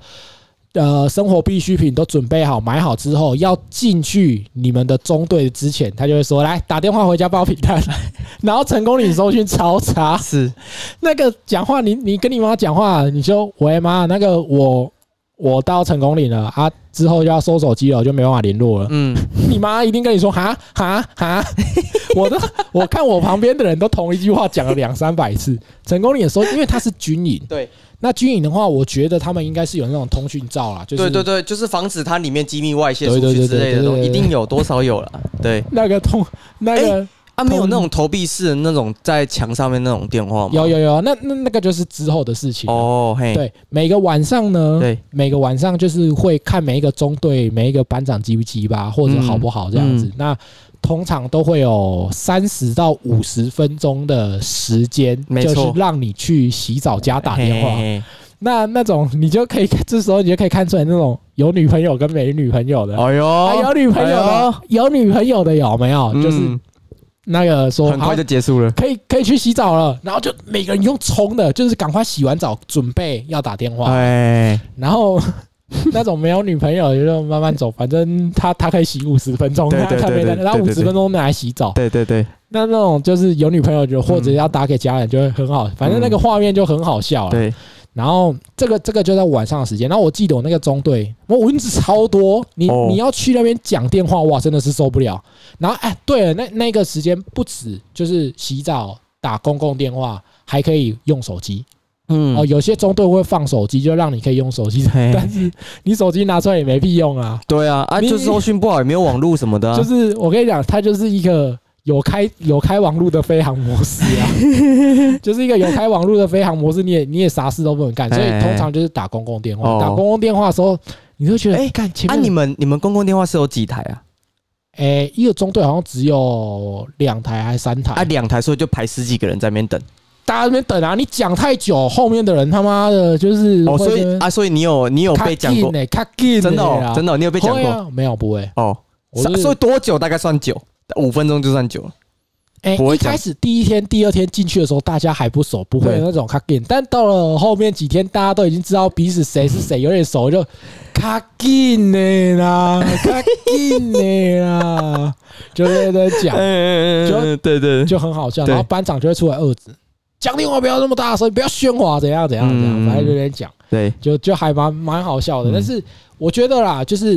S1: 呃生活必需品都准备好、买好之后，要进去你们的中队之前，他就会说来打电话回家报平安。 然后成功岭收讯超差，
S2: 是
S1: 那个讲话，你你跟你妈讲话，你就喂妈，那个我我到成功岭了啊，之后就要收手机了，我就没办法联络了。
S2: 嗯，
S1: 你妈一定跟你说哈哈哈， 我都我看我旁边的人都同一句话讲了两三百次。成功岭的时候，因为它是军营，
S2: 对
S1: 那军营的话，我觉得他们应该是有那种通讯罩啦，就是
S2: 对对对，就是防止它里面机密外泄
S1: 对
S2: 出
S1: 对
S2: 去
S1: 对
S2: 之类
S1: 对对
S2: 的
S1: 对
S2: 东西，
S1: 对
S2: 一定有多少有了。对
S1: 那个通那个、
S2: 啊，没有那种投币式的那种在墙上面那种电话吗？
S1: 有有有，那那那个就是之后的事情。
S2: 哦，嘿，
S1: 对，每个晚上呢，
S2: 对
S1: 每个晚上就是会看每一个中队、每一个班长鸡不鸡吧，或者好不好这样子。
S2: 嗯
S1: 那通常都会有三十到五十分钟的时间，
S2: 没
S1: 就
S2: 错
S1: 是让你去洗澡加打电话。
S2: 嘿嘿
S1: 那那种你就可以，这时候你就可以看出来那种有女朋友跟没女朋友的，
S2: 嘿哎呦，
S1: 啊有女朋友的、
S2: 哎呦
S1: 有女朋友的有没有？就是
S2: 嗯
S1: 那个说
S2: 很快
S1: 好
S2: 就结束了。
S1: 可以可以去洗澡了，然后就每个人用冲的，就是赶快洗完澡准备要打电话。
S2: 哎，
S1: 然后 那种没有女朋友的就慢慢走，反正他他可以洗五十分钟，
S2: 对
S1: 他
S2: 对
S1: 他没
S2: 对
S1: 在，
S2: 对
S1: 然后
S2: 对
S1: 五
S2: 对
S1: 十
S2: 对
S1: 分钟拿来洗澡。
S2: 对对对，
S1: 那那种就是有女朋友就或者要打给家人就会很好，反正那个画面就很好笑了。
S2: 嗯对，
S1: 然后这个这个就在晚上的时间，然后我记得我那个中队，我蚊子超多，你
S2: 哦
S1: 你要去那边讲电话，哇，真的是受不了。然后哎，对了，那那个时间不止就是洗澡打公共电话，还可以用手机。
S2: 嗯
S1: 哦，，有些中队会放手机，就让你可以用手机，
S2: 嘿
S1: 但是你手机拿出来也没屁用啊。
S2: 对啊，啊，
S1: 你
S2: 就是通讯不好，也没有网络什么的 啊，
S1: 就是我跟你讲，它就是一个有开有开网路的飞行模式啊， 就是一个有开网路的飞行模式，你也你也啥事都不能干，所以
S2: 哎
S1: 通常就是打公共电话。
S2: 哦
S1: 打公共电话的时候，你就觉得哎，看前
S2: 啊，
S1: 面
S2: 你们你们公共电话是有几台啊？
S1: 哎，一个中队好像只有两台还是三
S2: 啊，
S1: 台，
S2: 两台，所以就排十几个人在那边等。
S1: 大家在那边等啊，你讲太久，后面的人他妈的就是
S2: 哦，所以啊，所以你有你有
S1: 有
S2: 被讲过，
S1: 呢，卡进
S2: 真的哦，真
S1: 的
S2: 的哦，你有被讲
S1: 会
S2: 过
S1: 啊没有不会，
S2: 哦。
S1: 我
S2: 所
S1: 是
S2: 所以多久大概算久？五分钟就算久了。
S1: 哎、
S2: 不会
S1: 一
S2: 讲
S1: 开始第一天、第二天进去的时候，大家还不熟，不会有
S2: 对
S1: 那种卡 g 但到了后面几天，大家都已经知道彼此谁是谁，有点熟，就卡 g 呢 啦，卡 g 呢啦，就在在讲，
S2: 嗯
S1: 就
S2: 对对，
S1: 就很好笑。
S2: 对
S1: 然后班长就会出来遏制，讲电话不要那么大声，不要喧哗，怎样怎样怎样，
S2: 嗯
S1: 反正就在讲，
S2: 对
S1: 就就还蛮蛮好笑的。
S2: 嗯
S1: 但是我觉得啦，就是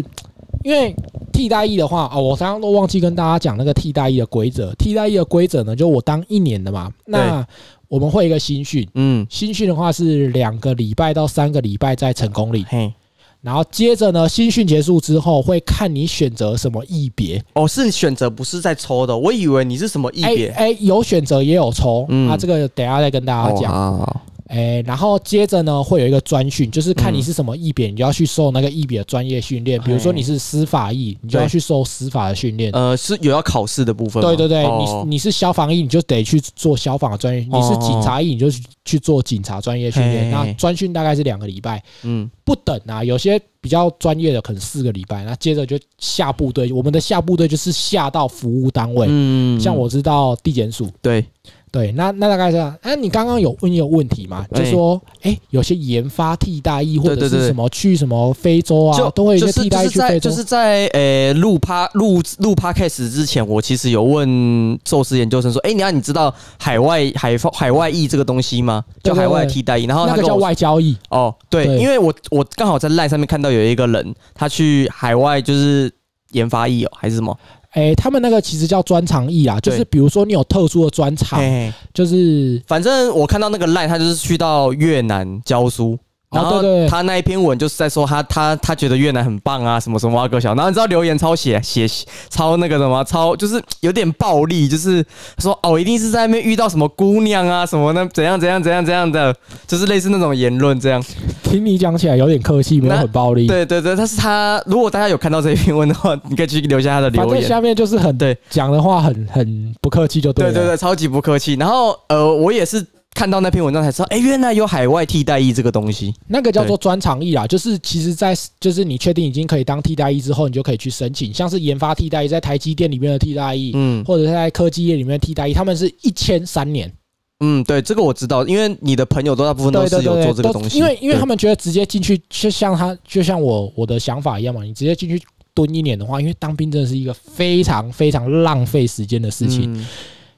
S1: 因为替代役的话，哦，我刚刚都忘记跟大家讲那个替代役的规则。替代役的规则呢，就我当一年的嘛，那我们会一个新训，
S2: 嗯，
S1: 新训的话是两个礼拜到三个礼拜在成功岭，
S2: 嘿，
S1: 然后接着呢，新训结束之后会看你选择什么役别，
S2: 哦，是你选择不是在抽的，我以为你是什么异
S1: 哎
S2: 别。
S1: 哎，有选择也有抽，
S2: 嗯
S1: 啊，这个等一下再跟大家
S2: 哦
S1: 讲。
S2: 好好好
S1: 哎，然后接着呢，会有一个专训，就是看
S2: 嗯
S1: 你是什么役别，你就要去受那个役别的专业训练。比如说你是司法役，你就要去受司法的训练。
S2: 呃，是有要考试的部分吗。
S1: 对对对，
S2: 哦
S1: 你你是消防役，你就得去做消防的专业；你是警察役，你就去去做警察专业训练。
S2: 嘿
S1: 那专训大概是两个礼拜
S2: 嗯，
S1: 不等啊，有些比较专业的可能四个礼拜，那接着就下部队。我们的下部队就是下到服务单位，
S2: 嗯
S1: 像我知道地检署，
S2: 对，
S1: 对，那那大概是这样。那、你刚刚有问一个问题嘛？就
S2: 哎
S1: 说，哎、有些研发替代役或
S2: 对
S1: 者
S2: 对对
S1: 是
S2: 对
S1: 什么去什么非洲啊，
S2: 就
S1: 都会有一
S2: 就
S1: 些
S2: 是
S1: 替
S2: 就
S1: 代役
S2: 是
S1: 去
S2: 在
S1: 非洲
S2: 就。是在呃录趴录录 podcast 之前，我其实有问宙斯研究生说，哎，你要你知道海外海放海外 E 役这个东西吗？
S1: 对
S2: 就
S1: 对
S2: 海外
S1: 对
S2: 替代役，然后
S1: 那
S2: 他
S1: 个
S2: 跟
S1: 叫
S2: 我说
S1: 外交役，
S2: 哦，对，
S1: 对
S2: 因为我我刚好在 line 上面看到有一个人，他去海外就是研发役哦，还是什么？
S1: 哎、他们那个其实叫专长役啊，就是
S2: 对哎
S1: 比如说你有特殊的专长，
S2: 嘿嘿
S1: 就是
S2: 反正我看到那个 line，他就是去到越南教书。
S1: 哦
S2: 然
S1: 对
S2: 后
S1: 对对
S2: 他那一篇文就是在说他他他觉得越南很棒啊，什么什么啊，各小。然后你知道留言超写写超那个什么超，就是有点暴力，就是说哦，一定是在那边遇到什么姑娘啊，什么那怎样怎样怎样怎样的，就是类似那种言论这样。
S1: 听你讲起来有点客气，没有
S2: 那
S1: 很暴力。
S2: 对对对，但是他如果大家有看到这一篇文的话，你可以去留下他的
S1: 反
S2: 留
S1: 正
S2: 言。
S1: 下面就是很
S2: 对
S1: 讲的话很很不客气就对
S2: 对
S1: 了。
S2: 对对，超级不客气。然后呃，我也是看到那篇文章才知道，哎，原来有海外替代役这个东西。
S1: 那个叫做专长役啦，就是其实在，就是你确定已经可以当替代役之后，你就可以去申请，像是研发替代役，在台积电里面的替代役，
S2: 嗯
S1: 或者是在科技业里面的替代役，他们是一签三年，
S2: 嗯，对，这个我知道，因为你的朋友都大部分都
S1: 对
S2: 是
S1: 对
S2: 有
S1: 对
S2: 做
S1: 对，
S2: 这个
S1: 都
S2: 东西，
S1: 因为因为
S2: 对
S1: 他们觉得直接进去，就像他就像我我的想法一样嘛，你直接进去蹲一年的话，因为当兵真的是一个非常非常浪费时间的事情，
S2: 嗯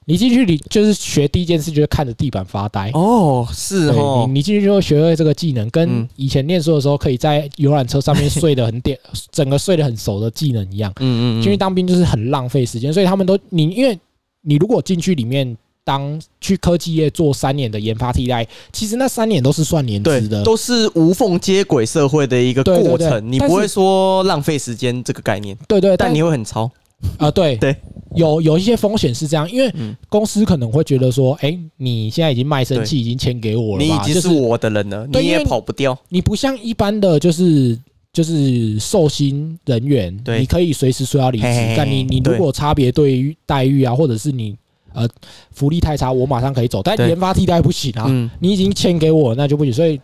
S1: 你进去你就是学第一件事就是看着地板发呆。
S2: 哦，是
S1: 对
S2: 哦
S1: 你，你进去就会学会这个技能，跟
S2: 嗯
S1: 以前念书的时候可以在游览车上 面睡得很点，整个睡得很熟的技能一样。
S2: 嗯嗯，
S1: 进去当兵就是很浪费时间，所以他们都你因为你如果进去里面当去科技业做三年的研发替代，其实那三年都是算年
S2: 对
S1: 资的。
S2: 都是无缝接轨社会的一个
S1: 对对
S2: 过
S1: 对
S2: 程，你
S1: 但
S2: 不
S1: 是
S2: 会说浪费时间这个概念，
S1: 对对，
S2: 但
S1: 但
S2: 你会很超，
S1: 啊对
S2: 对。
S1: 有有一些风险是这样，因为
S2: 嗯
S1: 公司可能会觉得说，哎，你现在已经卖身契，已经签给我了
S2: 你已
S1: 吧？
S2: 经
S1: 就是
S2: 我的人了，
S1: 对
S2: 你
S1: 因
S2: 也
S1: 为
S2: 跑不掉，
S1: 你不像一般的就是就是受薪人员，
S2: 对
S1: 你可以随时说要离职
S2: 嘿嘿嘿，
S1: 但你你
S2: 对
S1: 如果差别对于待遇啊，或者是你呃福利太差，我马上可以走，但
S2: 对
S1: 研发替代不行啊。
S2: 嗯，
S1: 你已经签给我，那就不行。所以，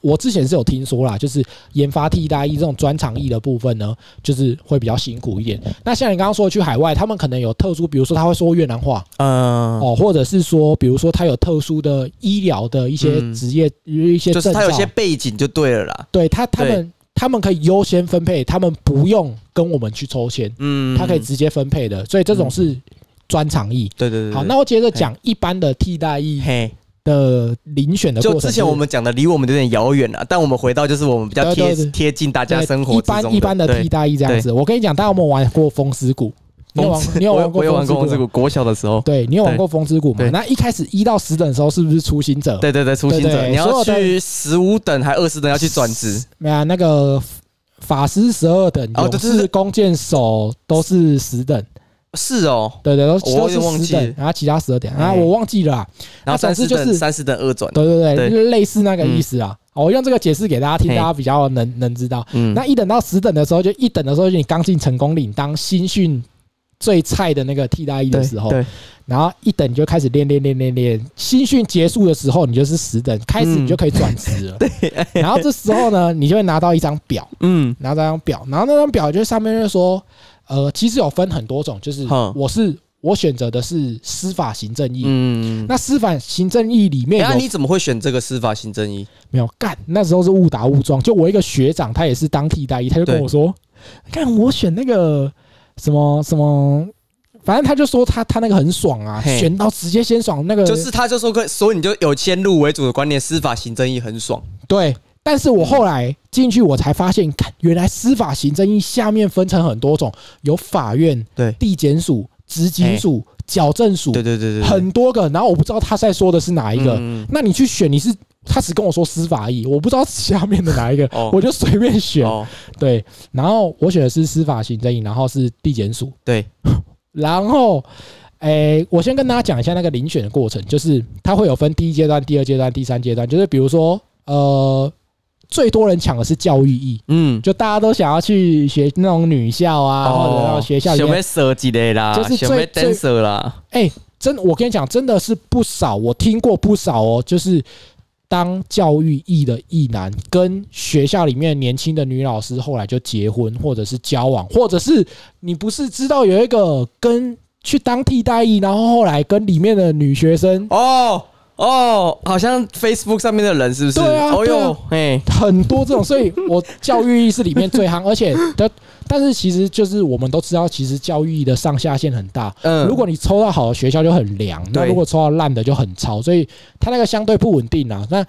S1: 我之前是有听说啦，就是研发替代役这种专长役的部分呢，就是会比较辛苦一点。那像你刚刚说的去海外，他们可能有特殊，比如说他会说越南话
S2: 呃，
S1: 哦，或者是说，比如说他有特殊的医疗的一些
S2: 嗯
S1: 职业、一些
S2: 就
S1: 证
S2: 是
S1: 照，
S2: 他有些背景就对了啦，
S1: 对他他
S2: 对
S1: 们他们可以优先分配，他们不用跟我们去抽签，
S2: 嗯，
S1: 他可以直接分配的，所以这种是专长役。
S2: 对对对，
S1: 好，
S2: 对
S1: 那我接着讲一般的替代役
S2: 嘿，
S1: 的遴选的过
S2: 就
S1: 程是。
S2: 之前我们讲的离我们有点遥远啊了，但我们回到就是我们比较
S1: 对对
S2: 贴
S1: 对
S2: 贴近大家
S1: 对
S2: 生活
S1: 一
S2: 之中
S1: 般一般的
S2: 对
S1: 替代役这样子。我跟你讲，大家有没有玩过风之谷？你有
S2: 风
S1: 玩
S2: 之，
S1: 你有
S2: 我
S1: 玩过
S2: 我有玩过
S1: 风
S2: 风
S1: 之
S2: 之
S1: 谷？
S2: 谷，国小的时候。
S1: 对你有玩过风之谷吗？
S2: 对
S1: 那一开始一到十等的时候是不是初心者？
S2: 对对对，初心
S1: 对
S2: 者，
S1: 对
S2: 你
S1: 所
S2: 要
S1: 有的
S2: 去十五等还二十等要去转职，
S1: 没有啊，那个法师十二等，
S2: 哦
S1: 勇
S2: 对对
S1: 士
S2: 对
S1: 弓箭手都是十等，
S2: 是哦。
S1: 对对，都
S2: 我
S1: 都
S2: 有点忘
S1: 是十
S2: 记
S1: 等，然后其他十二等，啊，
S2: 嗯
S1: 我忘记了啊。
S2: 然后
S1: 那总
S2: 三
S1: 之
S2: 十
S1: 就是
S2: 等三十等二转，
S1: 对对对，
S2: 对
S1: 就是类似那个意思啊。好我用这个解释给大家听，
S2: 嘿
S1: 大家比较能能知道。
S2: 嗯，
S1: 那一等到十等的时候，就一等的时候，就你刚进成功岭当新训最菜的那个替代役的时候，
S2: 对，
S1: 然后一等你就开始练练练练练，新训结束的时候你就是十等，开始你就可以转职了。对，然后这时候呢，你就会拿到一张表，
S2: 嗯，
S1: 拿到一张表，然后那张表就上面就说，呃，其实有分很多种，就是
S2: 哼
S1: 我是我选择的是司法行政役，
S2: 嗯，
S1: 那司法行政役里面
S2: 哎那
S1: 有
S2: 你怎么会选这个司法行政一？
S1: 没有干？那时候是误打误撞，就我一个学长，他也是当替代役，他就跟
S2: 对
S1: 我说，看我选那个什么什么。反正他就说他他那个很爽啊，
S2: 嘿
S1: 选到直接先爽那个
S2: 就是他就说，所以你就有先入为主的观念，司法行政一很爽，
S1: 对，但是我后来进去，我才发现，看原来司法行政一下面分成很多种，有法院、
S2: 对哎
S1: 地检署、执警署、矫正署，
S2: 对对对对，
S1: 很多个。然后我不知道他在说的是哪一个，
S2: 嗯
S1: 那你去选，你是他只跟我说司法役，我不知道下面的哪一个，
S2: 哦
S1: 我就随便选。
S2: 哦，
S1: 对，然后我选的是司法行政役，然后是地检署，
S2: 对，
S1: 然后，诶、我先跟大家讲一下那个遴选的过程，就是它会有分第一阶段、第二阶段、第三阶段，就是比如说，呃，最多人抢的是教育意，
S2: 嗯，
S1: 就大家都想要去学那种女校啊，
S2: 哦
S1: 或者到学校里
S2: 想
S1: 面
S2: 要设计的啦，
S1: 就是
S2: 想
S1: 最
S2: 要 dancer 啦，
S1: 哎、真，我跟你讲，真的是不少，我听过不少哦，就是当教育役的役男跟学校里面年轻的女老师后来就结婚，或者是交往，或者是你不是知道有一个跟去当替代役，然后后来跟里面的女学生。
S2: 哦哦，好像 Facebook 上面的人是不是？
S1: 对啊
S2: 哦
S1: 对
S2: 哟
S1: 啊，
S2: 哎，
S1: 很多这种，所以我教育役是里面最夯，而且的，但是其实就是我们都知道，其实教育役的上下限很大，
S2: 嗯，
S1: 如果你抽到好的学校就很凉，那
S2: 对
S1: 如果抽到烂的就很超，所以它那个相对不稳定啊。那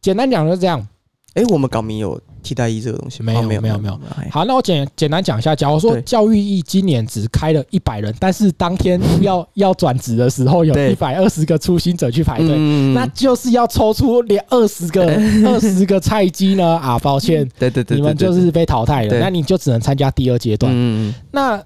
S1: 简单讲就是这样。
S2: 哎，我们港民有替代役这个东西吗
S1: 没有
S2: 哦没
S1: 没有
S2: 没
S1: 没有
S2: 哎
S1: 好，那我简简单讲一下，假如说
S2: 对
S1: 教育役今年只开了一百人，但是当天 要要转职的时候有
S2: 对
S1: 一百二十个初心者去排队，
S2: 嗯
S1: 那就是要抽出连二十 个二十个菜鸡呢啊，抱歉，
S2: 对对对，
S1: 你们
S2: 对
S1: 就
S2: 对
S1: 是被淘汰了，
S2: 对
S1: 那你就只能参加第二阶段。
S2: 嗯，嗯
S1: 那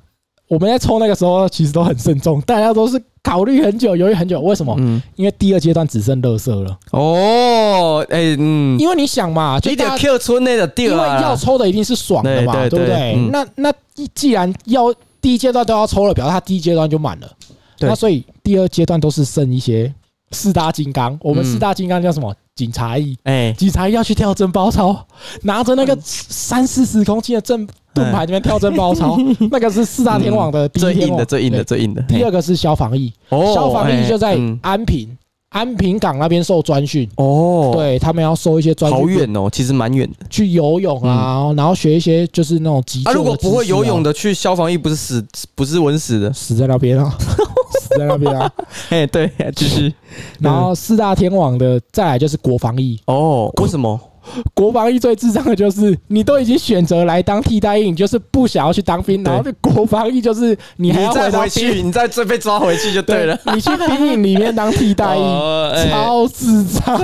S1: 我们在抽那个时候其实都很慎重，大家都是考虑很久，犹豫很久，为什么？
S2: 嗯，嗯
S1: 因为第二阶段只剩垃圾了。
S2: 哦，哎，嗯，
S1: 因为你想嘛，就
S2: 你
S1: 大
S2: 得
S1: 家
S2: Q 村内的
S1: 因
S2: 地
S1: 为要
S2: 啊，
S1: 抽的一定是爽的嘛，对
S2: 对对
S1: 不对
S2: 对嗯？
S1: 那那既然要第一阶段都要抽了，表示他第一阶段就满了。
S2: 对
S1: 那所以第二阶段都是剩一些四大金刚，我们
S2: 嗯
S1: 四大金刚叫什么？警察役，
S2: 哎，
S1: 警察役要去跳真包操，拿着那
S2: 嗯
S1: 个三四十公斤的正盾牌那边跳真包操， 那个是四大天王的第
S2: 哎嗯最
S1: 一天
S2: 硬
S1: 王
S2: 的最硬的
S1: 对
S2: 最硬的，
S1: 第
S2: 哎
S1: 二个是消防役，
S2: 哦
S1: 消防役
S2: 哎
S1: 就在
S2: 嗯
S1: 安平安平港那边受专训，
S2: 哦，，
S1: 对他们要收一些专
S2: 好
S1: 训，
S2: 远哦，其实蛮远的。
S1: 去游泳啊，然后学一些就是那种急救
S2: 嗯啊，
S1: 的
S2: 如果不会游泳
S1: 的，
S2: 的去消防役，不是死不是稳 死的。
S1: 死在那边啊，死在那边啊。
S2: 哎，对，就是
S1: 然后四大天王的，再来就是国防役，
S2: 哦，为什么？
S1: 国防役最智障的就是你都已经选择来当替代役，你就是不想要去当兵，
S2: 对
S1: 然后这国防役就是你
S2: 你
S1: 还要
S2: 再
S1: 到
S2: 回
S1: 兵
S2: 去，
S1: 营，
S2: 你再再被抓回去就对了。
S1: 你去兵营里面当替代役。
S2: 哦哎
S1: 超智 障，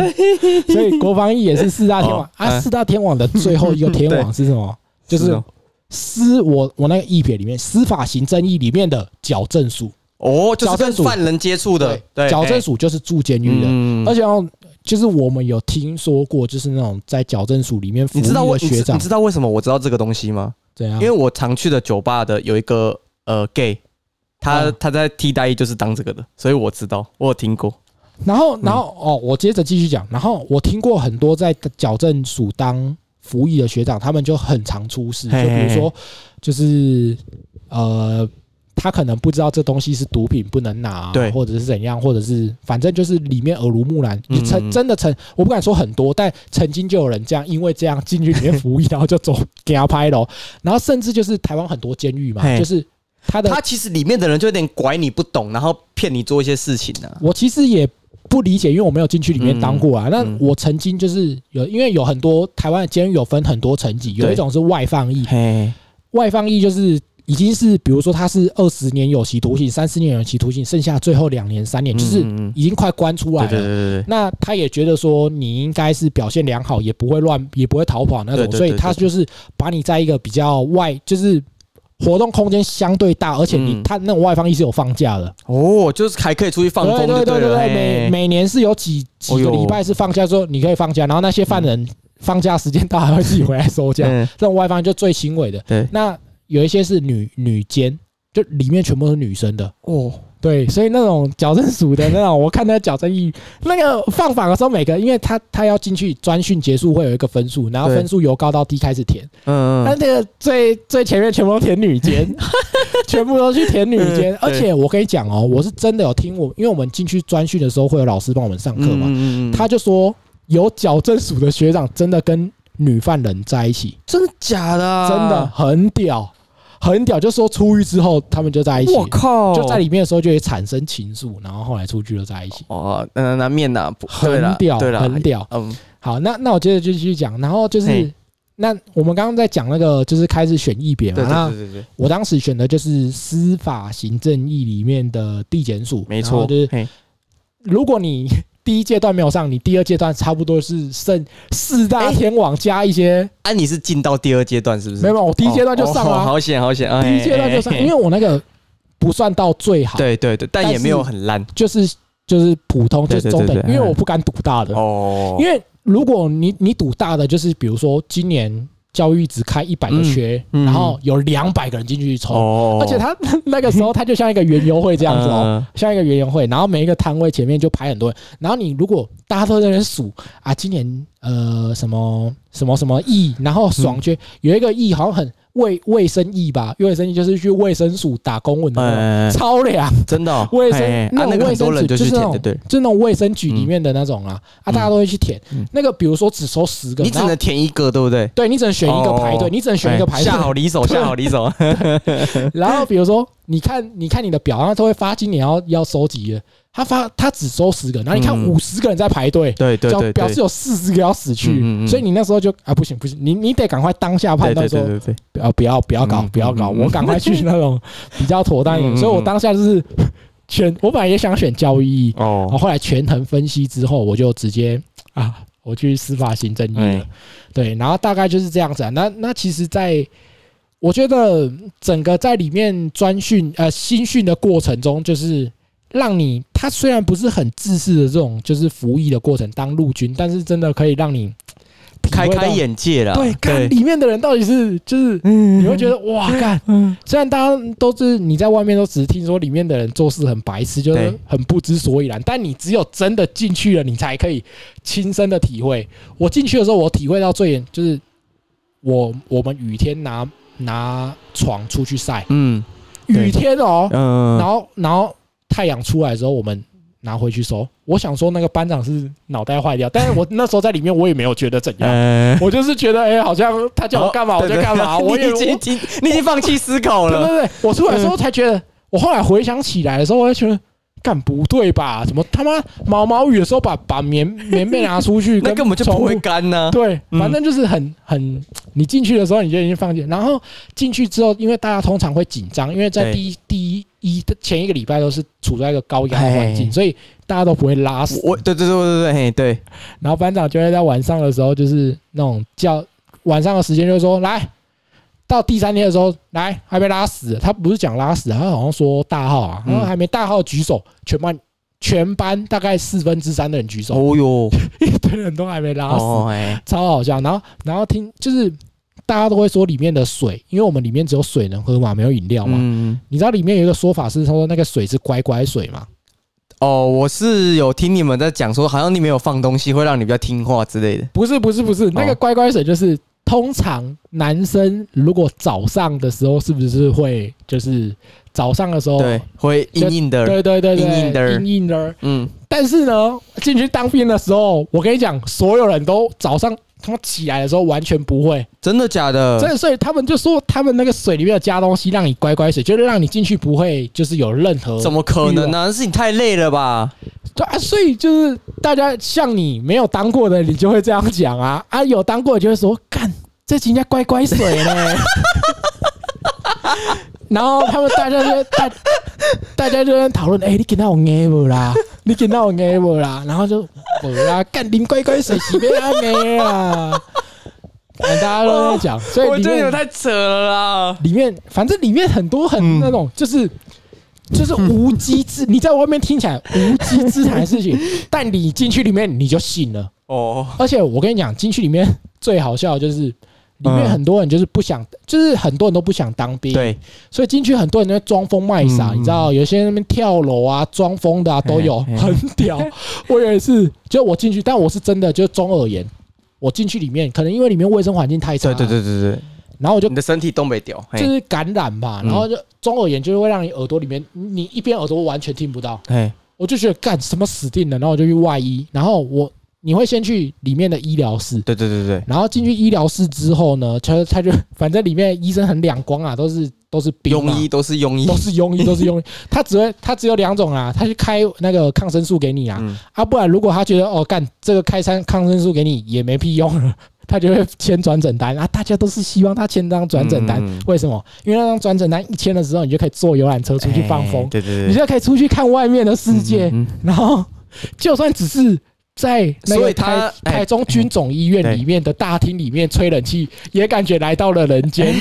S1: 所以国防役也是四大天王
S2: 哦
S1: 啊。
S2: 哎
S1: 四大天王的最后一个天王是什么？就是
S2: 哦
S1: 司我我那个一撇里面，司法行政役里面的矫正署，
S2: 哦，就是
S1: 矫正
S2: 跟
S1: 署
S2: 犯人接触的，对，
S1: 矫正
S2: 哎
S1: 署就是住监狱的，
S2: 嗯
S1: 而且哦就是我们有听说过，就是那种在矫正署里面服
S2: 哎你
S1: 务
S2: 知道我
S1: 的
S2: 你
S1: 学
S2: 知
S1: 长啊
S2: 你知道为什么我知道这个东西吗？
S1: 怎样
S2: 因为？我常去的酒吧的有一个呃 gay，他
S1: 嗯
S2: 他在替代役就是当这个的，所以我知道，我有听过。
S1: 然后然后哦，我接着继续讲，然后我听过很多在矫正署当服役的学长，他们就很常出事，就
S2: 嘿
S1: 比
S2: 嘿
S1: 如
S2: 嘿
S1: 说就是呃。他可能不知道这东西是毒品，不能拿，啊
S2: 对
S1: 或者是怎样，或者是反正就是里面耳濡目染，
S2: 嗯
S1: 就
S2: 嗯
S1: 曾
S2: 嗯
S1: 真的曾，我不敢说很多，但曾经就有人这样，因为这样进去里面服役，然后就走给他拍咯，然后甚至就是台湾很多监狱嘛，
S2: 嘿
S1: 就是他的
S2: 他其实里面的人就有点拐你不懂，然后骗你做一些事情呢、啊。
S1: 我其实也不理解，因为我没有进去里面当过啊。那、
S2: 嗯
S1: 我曾经就是有，因为有很多台湾的监狱有分很多层级，有
S2: 对
S1: 一种是外放役，
S2: 嘿，
S1: 外放役就是已经是比如说他是二十年有期徒刑、三十年有期徒刑，剩下最后两年、三年就是啊
S2: 嗯嗯嗯
S1: 已经快关出来
S2: 对
S1: 了。
S2: 对对对
S1: 那他也觉得说你应该是表现良好，也不会乱，也不会逃跑那
S2: 对
S1: 种，
S2: 对
S1: 所以
S2: 对
S1: 他
S2: 对
S1: 就是把你在一个比较外，就是活动空间相对大，而且你
S2: 嗯
S1: 他那种外放役是有放假的，
S2: 哦，就是还可以出去放风，
S1: 对对
S2: 对
S1: 对对，
S2: 了嘿哎
S1: 每每年是有几几个礼拜是放假之后你可以放假，然后那些犯人放假时间到还会自己回来收假，
S2: 嗯
S1: 这种外放就最轻微的。
S2: 对
S1: 那有一些是女女监，就里面全部都是女生的。
S2: 哦，
S1: 对，所以那种矫正署的那种，我看那矫正役那个放法的时候，每个因为他他要进去专训结束会有一个分数，然后
S2: 对
S1: 分数由高到低开始填，
S2: 嗯
S1: 但
S2: 嗯，
S1: 那个最最前面全部都填女 监，全部都去填女监
S2: 嗯。
S1: 而且我跟你讲哦，我是真的有听我，因为我们进去专训的时候会有老师帮我们上课嘛，
S2: 嗯嗯嗯
S1: 他就说有矫正署的学长真的跟女犯人在一起，
S2: 真的假的啊、
S1: 真的很屌。很屌，就说出狱之后他们就在一起，
S2: 我靠，
S1: 就在里面的时候就会产生情愫，然后后来出去就在一起。
S2: 哦，嗯，难免呐，不
S1: 很
S2: 对啦
S1: 屌
S2: 对啦，
S1: 很屌
S2: 嗯，
S1: 好，那那我接着就继续讲，然后就是
S2: 嘿
S1: 那我们刚刚在讲那个就是开始选一别嘛，
S2: 对
S1: 那
S2: 对对对对，
S1: 我当时选的就是司法行政役里面的地检署，
S2: 没
S1: 然
S2: 错，
S1: 后就是
S2: 嘿
S1: 如果你 第一阶段没有上，你第二阶段差不多是剩四大天王加一些，
S2: 啊，你是进到第二阶段是不是？
S1: 没有，我第一阶段就上
S2: 哦哦
S1: 了、
S2: 好险好险，啊
S1: 第一阶段就上，
S2: 嘿嘿嘿
S1: 因为我那个不算到最好，
S2: 对对对，但
S1: 但
S2: 也没有
S1: 是
S2: 很烂
S1: 就是就是普通，就
S2: 对
S1: 是
S2: 对
S1: 中等
S2: 对，对
S1: 因为
S2: 嗯
S1: 我不敢赌大的，
S2: 哦，
S1: 因为如果你你赌大的，就是比如说今年教育只开一百个缺，
S2: 嗯嗯
S1: 然后有两百个人进去抽，
S2: 哦，
S1: 而且他 那个时候他就像一个园游会这样子哦，
S2: 嗯
S1: 像一个园游会，然后每一个摊位前面就排很多人，然后你如果大家都在那边数啊，今年呃什么什么什么亿，然后
S2: 嗯
S1: 爽呃缺、有一个亿好像很卫卫生亿吧，卫生亿就是去卫生署打工文的那种，
S2: 嗯嗯嗯
S1: 超凉。
S2: 真的哦
S1: 卫
S2: 嘿嘿
S1: 生
S2: 啊那个
S1: 种卫
S2: 很多
S1: 生
S2: 人
S1: 纸
S2: 就
S1: 就是
S2: 去
S1: 那种
S2: 填的，对，
S1: 就那种卫生局里面的那种啊啊，大家都会去填
S2: 嗯。
S1: 那个比如说只收十个，
S2: 你只
S1: 然后
S2: 能填一个，对不对？
S1: 对你只能选一个排队，
S2: 哦
S1: 你只能选一个
S2: 哎
S1: 排队
S2: 下。好离手，下好离 手，
S1: 然后比如说你看你看你的表，然后他会发今年要要收集的，他发他只收十个，然后你看
S2: 嗯
S1: 五十个人在排队。
S2: 对对
S1: 表
S2: 对
S1: 表
S2: 对
S1: 示。有四十个要死
S2: 嗯
S1: 去，
S2: 嗯嗯
S1: 所以你那时候就啊不行不行，你你得赶快当下判
S2: 对
S1: 断
S2: 对
S1: 说
S2: 对对对，
S1: 不要不要不要搞
S2: 嗯
S1: 不要搞，
S2: 嗯嗯
S1: 我赶快去那种比较妥当一点。
S2: 嗯嗯
S1: 所以我
S2: 嗯
S1: 当下就是 选，我本来也想选教育意义，然后
S2: 哦，
S1: 后来权衡分析之后，我就直接啊，我去司法行政院了
S2: 哎。
S1: 对，然后大概就是这样子、啊。那那其实在，我觉得整个在里面专训呃新训的过程中，就是让你他虽然不是很自私的这种就是服役的过程，当陆军，但是真的可以让你体
S2: 开
S1: 会到
S2: 开。眼界啦，
S1: 对，看
S2: 对，嗯
S1: 里面的人到底是就是，你会觉得哇，干，虽然大家都是你在外面都只听说里面的人做事很白痴，就是
S2: 对
S1: 很不知所以然，但你只有真的进去了，你才可以亲身的体会。我进去的时候，我体会到最严就是我我们雨天拿拿床出去晒，
S2: 嗯对
S1: 雨天哦，
S2: 嗯，
S1: 然后然后太阳出来的时候，我们拿回去收。我想说那个班长是脑袋坏掉，但是我那时候在里面，我也没有觉得怎样。
S2: 呃，
S1: 我就是觉得，哎、好像他叫我干嘛，我就干嘛。
S2: 哦对
S1: 我
S2: 对
S1: 也
S2: 你已经听，你已经放弃思考
S1: 对
S2: 了，，
S1: 对对，我出来的时候才觉得，我后来回想起来的时候，我就觉得。干不对吧？怎么他妈毛毛雨的时候把把棉棉被拿出去
S2: 那
S1: 跟
S2: 根本就不会
S1: 宠物
S2: 干呐。
S1: 对，
S2: 嗯
S1: 反正就是很很，你进去的时候你就已经放弃，然后进去之后，因为大家通常会紧张，因为在
S2: 对
S1: 第一第一一前一个礼拜都是处在一个高压的环
S2: 嘿
S1: 境，
S2: 嘿
S1: 所以大家都不会拉屎。啊
S2: 我我对对对对对嘿对，
S1: 然后班长就会在晚上的时候，就是那种叫晚上的时间，就说来到第三天的时候，来还没拉屎，他不是讲拉屎，他啊好像说大号啊，
S2: 嗯
S1: 然后还没大号举手，全班全班大概四分之三的人举手，
S2: 哦哟，
S1: 一堆人都还没拉屎，
S2: 哦哎，
S1: 超好笑。然后然后听就是大家都会说里面的水，因为我们里面只有水能喝嘛，没有饮料嘛。
S2: 嗯，
S1: 你知道里面有一个说法是，他说那个水是乖乖水嘛，
S2: 哦，我是有听你们在讲说，好像你没有放东西，会让你比较听话之类的。
S1: 不是不是不是，那个
S2: 哦
S1: 乖乖水就是通常男生如果早上的时候是不是会就是早上的时候
S2: 对，会硬硬的，
S1: 哦对对对对
S2: 硬硬的
S1: 硬硬的，
S2: 嗯，
S1: 但是呢进去当兵的时候，我跟你讲，所有人都早上他们起来的时候完全不会，
S2: 真的假的？
S1: 所以所以他们就说他们那个水里面有加东西让你乖乖水，就是让你进去不会就是有任何
S2: 怎么可能呢、是你太累了吧？
S1: 对啊，所以就是大家像你没有当过的，你就会这样讲啊啊，有当过的就会说干，这人家乖乖 水嘞。然后他们大家就大大家就在讨论，哎、你给到我 a 不啦？你给到我 a 不啦？然后就不啦，干林乖乖水洗被他 a 啦。反正啊哎大家都在讲，所以
S2: 我
S1: 里
S2: 觉得你
S1: 面
S2: 们太扯了啦。
S1: 里面反正里面很多很
S2: 嗯
S1: 那种就是。就是无稽之，你在外面听起来无稽之谈的事 情，但你进去里面你就信了。
S2: 哦，
S1: 而且我跟你讲，进去里面最好笑的就是，里面
S2: 嗯
S1: 很多人就是不想，就是很多人都不想当兵，
S2: 对，
S1: 所以进去很多人在装疯卖傻，
S2: 嗯
S1: 你知道，有些人在那边跳楼啊、装疯的啊都有，
S2: 嘿嘿
S1: 很屌。我有一次，就我进去，但我是真的就中耳炎，我进去里面，可能因为里面卫生环境太差，
S2: 对对，对对对，
S1: 然后我就
S2: 你的身体东北屌，
S1: 就
S2: 嘿，
S1: 是感染吧，
S2: 嗯
S1: 然后就中耳炎就会让你耳朵里面，你一边耳朵完全听不到，
S2: 嘿，
S1: 我就觉得干什么死定了，然后我就去外医，然后我你会先去里面的医疗室，
S2: 对对对对对，
S1: 然后进去医疗室之后呢，他他就反正里面医生很两光啊，都是都是冰
S2: 庸
S1: 嘛
S2: 医都是庸医
S1: 都，是庸医，都是庸医。 他只会，他只有两种啊，他去开那个抗生素给你啊，
S2: 嗯
S1: 啊，不然如果他觉得哦，干这个开三抗生素给你也没屁用了， 他就会签转诊单啊。大家都是希望他签张转诊单，
S2: 嗯
S1: 为什么？因为那张转诊单一签的时候，你就可以坐游览车出去放风，
S2: 哎对对对，
S1: 你就可以出去看外面的世界。
S2: 嗯嗯
S1: 然后，就算只是在那
S2: 所
S1: 个
S2: 以
S1: 台
S2: 他哎嗯
S1: 台中军总医院里面的大厅里面吹冷气，也感觉来到了人 间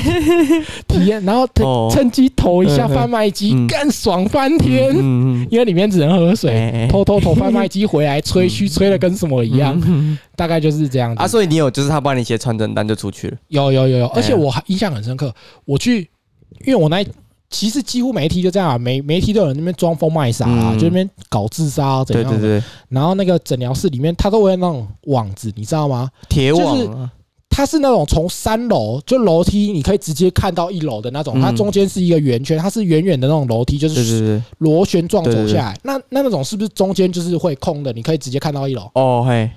S1: 体验。然后趁
S2: 哦
S1: 趁机投一下贩卖机
S2: 嗯，
S1: 干爽翻
S2: 嗯
S1: 天。
S2: 嗯嗯
S1: 因为里面只能喝水，
S2: 哎哎
S1: 偷偷投贩卖机回 来吹嘘，吹的跟什么一样，
S2: 嗯
S1: 大概就是这样
S2: 啊，
S1: 子。
S2: 所以你有就是他帮你写传真单就出去了，
S1: 有有有有，而且
S2: 哎呀
S1: 我还印象很深刻，我去，因为我那一其实几乎每一题就这样、啊，每每一题都有人那边装疯卖傻啊，
S2: 嗯
S1: 就那边搞自杀啊怎
S2: 对
S1: 样
S2: 对
S1: 的。
S2: 对，
S1: 然后那个诊疗室里面，它都会有那种网子，你知道吗？
S2: 铁网
S1: 就是
S2: 啊
S1: 它是那种从三楼就楼梯，你可以直接看到一楼的那种，
S2: 嗯
S1: 它中间是一个圆圈，它是远远的那种楼梯，就
S2: 对对
S1: 是
S2: 对，
S1: 螺旋状走
S2: 对对对
S1: 下来。那那那种是不是中间就是会空的？你可以直接看到一楼，
S2: 哦嘿，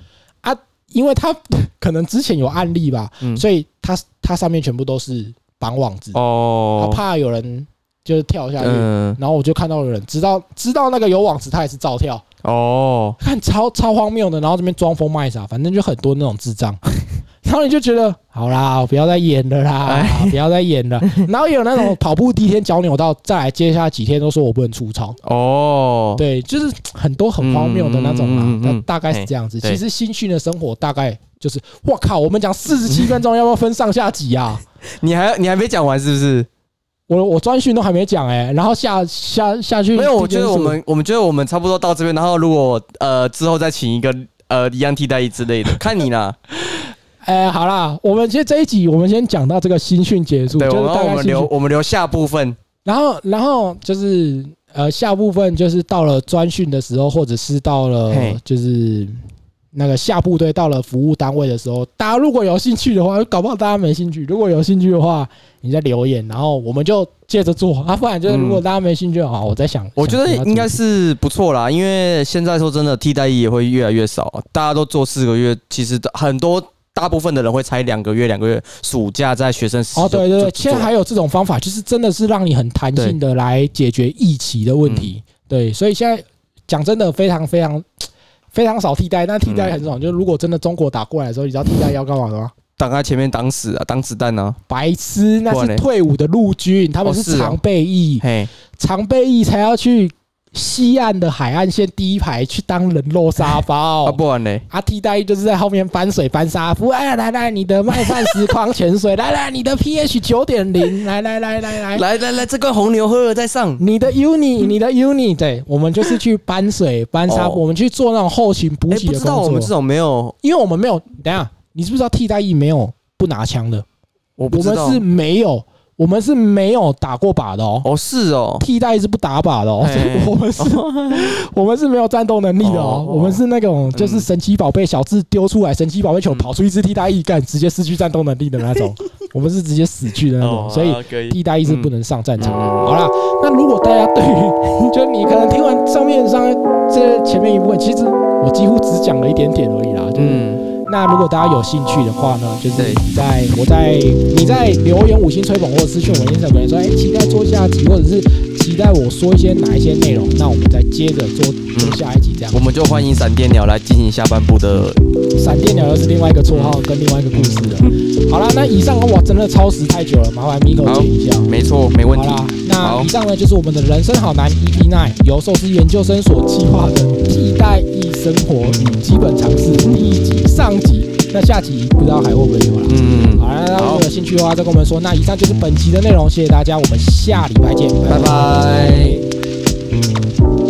S1: 因为它 可能之前有案例吧，
S2: 嗯
S1: 所以它它上面全部都是绑网子，它
S2: 哦，
S1: 怕有人就是跳下去。
S2: 嗯
S1: 然后我就看到有人，知道知道那个有网子，他也是照跳，
S2: 哦，
S1: 看超超荒谬的，然后这边装疯卖傻，反正就很多那种智 障。然后你就觉得好啦，不要再演了啦，
S2: 哎
S1: 不要再演 了。然后也有那种跑步第一天脚扭到，再来接下来几天都说我不能出操，
S2: 哦，
S1: 对，就是很多很荒谬的那种啦
S2: 嗯嗯嗯嗯。哎
S1: 那大概是这样子。
S2: 嘿
S1: 其实新训的生活大概就是，我靠，我们讲四十七分钟，要不要分上下集啊？
S2: 你还你还没讲完是不是？
S1: 我我专训都还没讲哎，然后下下下去
S2: 没有，我
S1: 第一件
S2: 觉得
S1: 事
S2: 我们我们觉得我们差不多到这边，然后如果呃之后再请一个呃一样替代役之类的，看你 啦。
S1: 哎好啦，我们其实这一集我们先讲到这个新训结束，
S2: 对，
S1: 就
S2: 然
S1: 是
S2: 后
S1: 大
S2: 我
S1: 概新
S2: 们
S1: 训
S2: 留我们留下部分。
S1: 然后，然后就是呃，下部分就是到了专训的时候，或者是到
S2: 嘿
S1: 了就是那个下部队到了服务单位的时候，大家如果有兴趣的话，搞不好大家没兴趣。如果有兴趣的话，你再留言，然后我们就接着做。啊，不然就是如果大家没兴趣的话，我在想，
S2: 嗯我觉得
S1: 想其他
S2: 应该
S1: 主题
S2: 是不错啦，因为现在说真的，替代役也会越来越少，大家都做四个月，其实很多大部分的人会拆两个月、两个月暑假在学生时期
S1: 哦，对对
S2: 就
S1: 对，
S2: 就
S1: 现在
S2: 做
S1: 还有这种方法，就是真的是让你很弹性的来解决疫情的问题。对，所以现在讲真的，非常非常非常少替代，但替代很
S2: 嗯
S1: 少。就是如果真的中国打过来的时候，你知道替代要干嘛的吗？
S2: 挡在前面挡死啊，挡子弹啊，
S1: 白痴，那
S2: 不然
S1: 是
S2: 嘞
S1: 退伍的陆军，他们
S2: 哦是
S1: 是
S2: 哦
S1: 常备役，
S2: 嘿，
S1: 常备役才要去西岸的海岸线第一排去当人肉沙包。
S2: 啊不然嘞，
S1: 啊，替代役就是在后面翻水翻沙服，哎，来来，你的麦饭时光潜水， 来来，你的 pH 九点零，来来来来来，
S2: 来来来，这罐红牛喝了再上，
S1: 你的 uni，你的 uni，对我们就是去搬水、搬沙，
S2: 嗯哦
S1: 我们去做那种后勤补
S2: 哎，
S1: 给
S2: 不
S1: 的
S2: 知道我
S1: 工
S2: 们这
S1: 作。
S2: 种没有，
S1: 因为我们没有，等一下，你知不知道替代役没有不拿枪的？
S2: 我
S1: 我
S2: 不知道
S1: 们是没有，我们是没有打过靶的哦。
S2: 哦是哦，
S1: 替代役是不打靶的哦，
S2: 嘿嘿
S1: 我 们是，我们是没有战斗能力的哦
S2: 哎哦，
S1: 我们是那种就是神奇宝贝小智丢出来，神奇宝贝球
S2: 嗯
S1: 跑出一只替代役，干直接失去战斗能力的那 种，我们是直接死去的那种，哦所以
S2: 啊可以
S1: 替代役是不能上战场。
S2: 嗯
S1: 好啦，那如果大家对于， 就你可能听完上面上这前面一部分，其实我几乎只讲了一点点而已啦。就是、
S2: 嗯，
S1: 那如果大家有兴趣的话呢，就是
S2: 对
S1: 你在我在你在留言五星吹捧或者私讯我们 i n s 说，哎、期待做下集，或者是期待我说一些哪一些内容，那我们再接着做做下一集这样
S2: 我。们就欢迎闪电鸟来进行下半部的，
S1: 闪电鸟又是另外一个绰号跟另外一个故事了。好啦，那以上我真的超时太久了，麻烦 Miko
S2: 嗯好
S1: 剪一下。
S2: 没错，没问
S1: 好
S2: 题，
S1: 啦，那
S2: 好
S1: 以上呢就是我们的人生好难 EP Nine，由寿司研究生所计划的替代役生活与基本常识第一集上集。那下集不知道还会不会有啦。
S2: 嗯，
S1: 好啦，那如
S2: 好
S1: 果有兴趣的话，再跟我们说。那以上就是本集的内容，谢谢大家，我们下礼拜见，拜
S2: 嗯拜拜。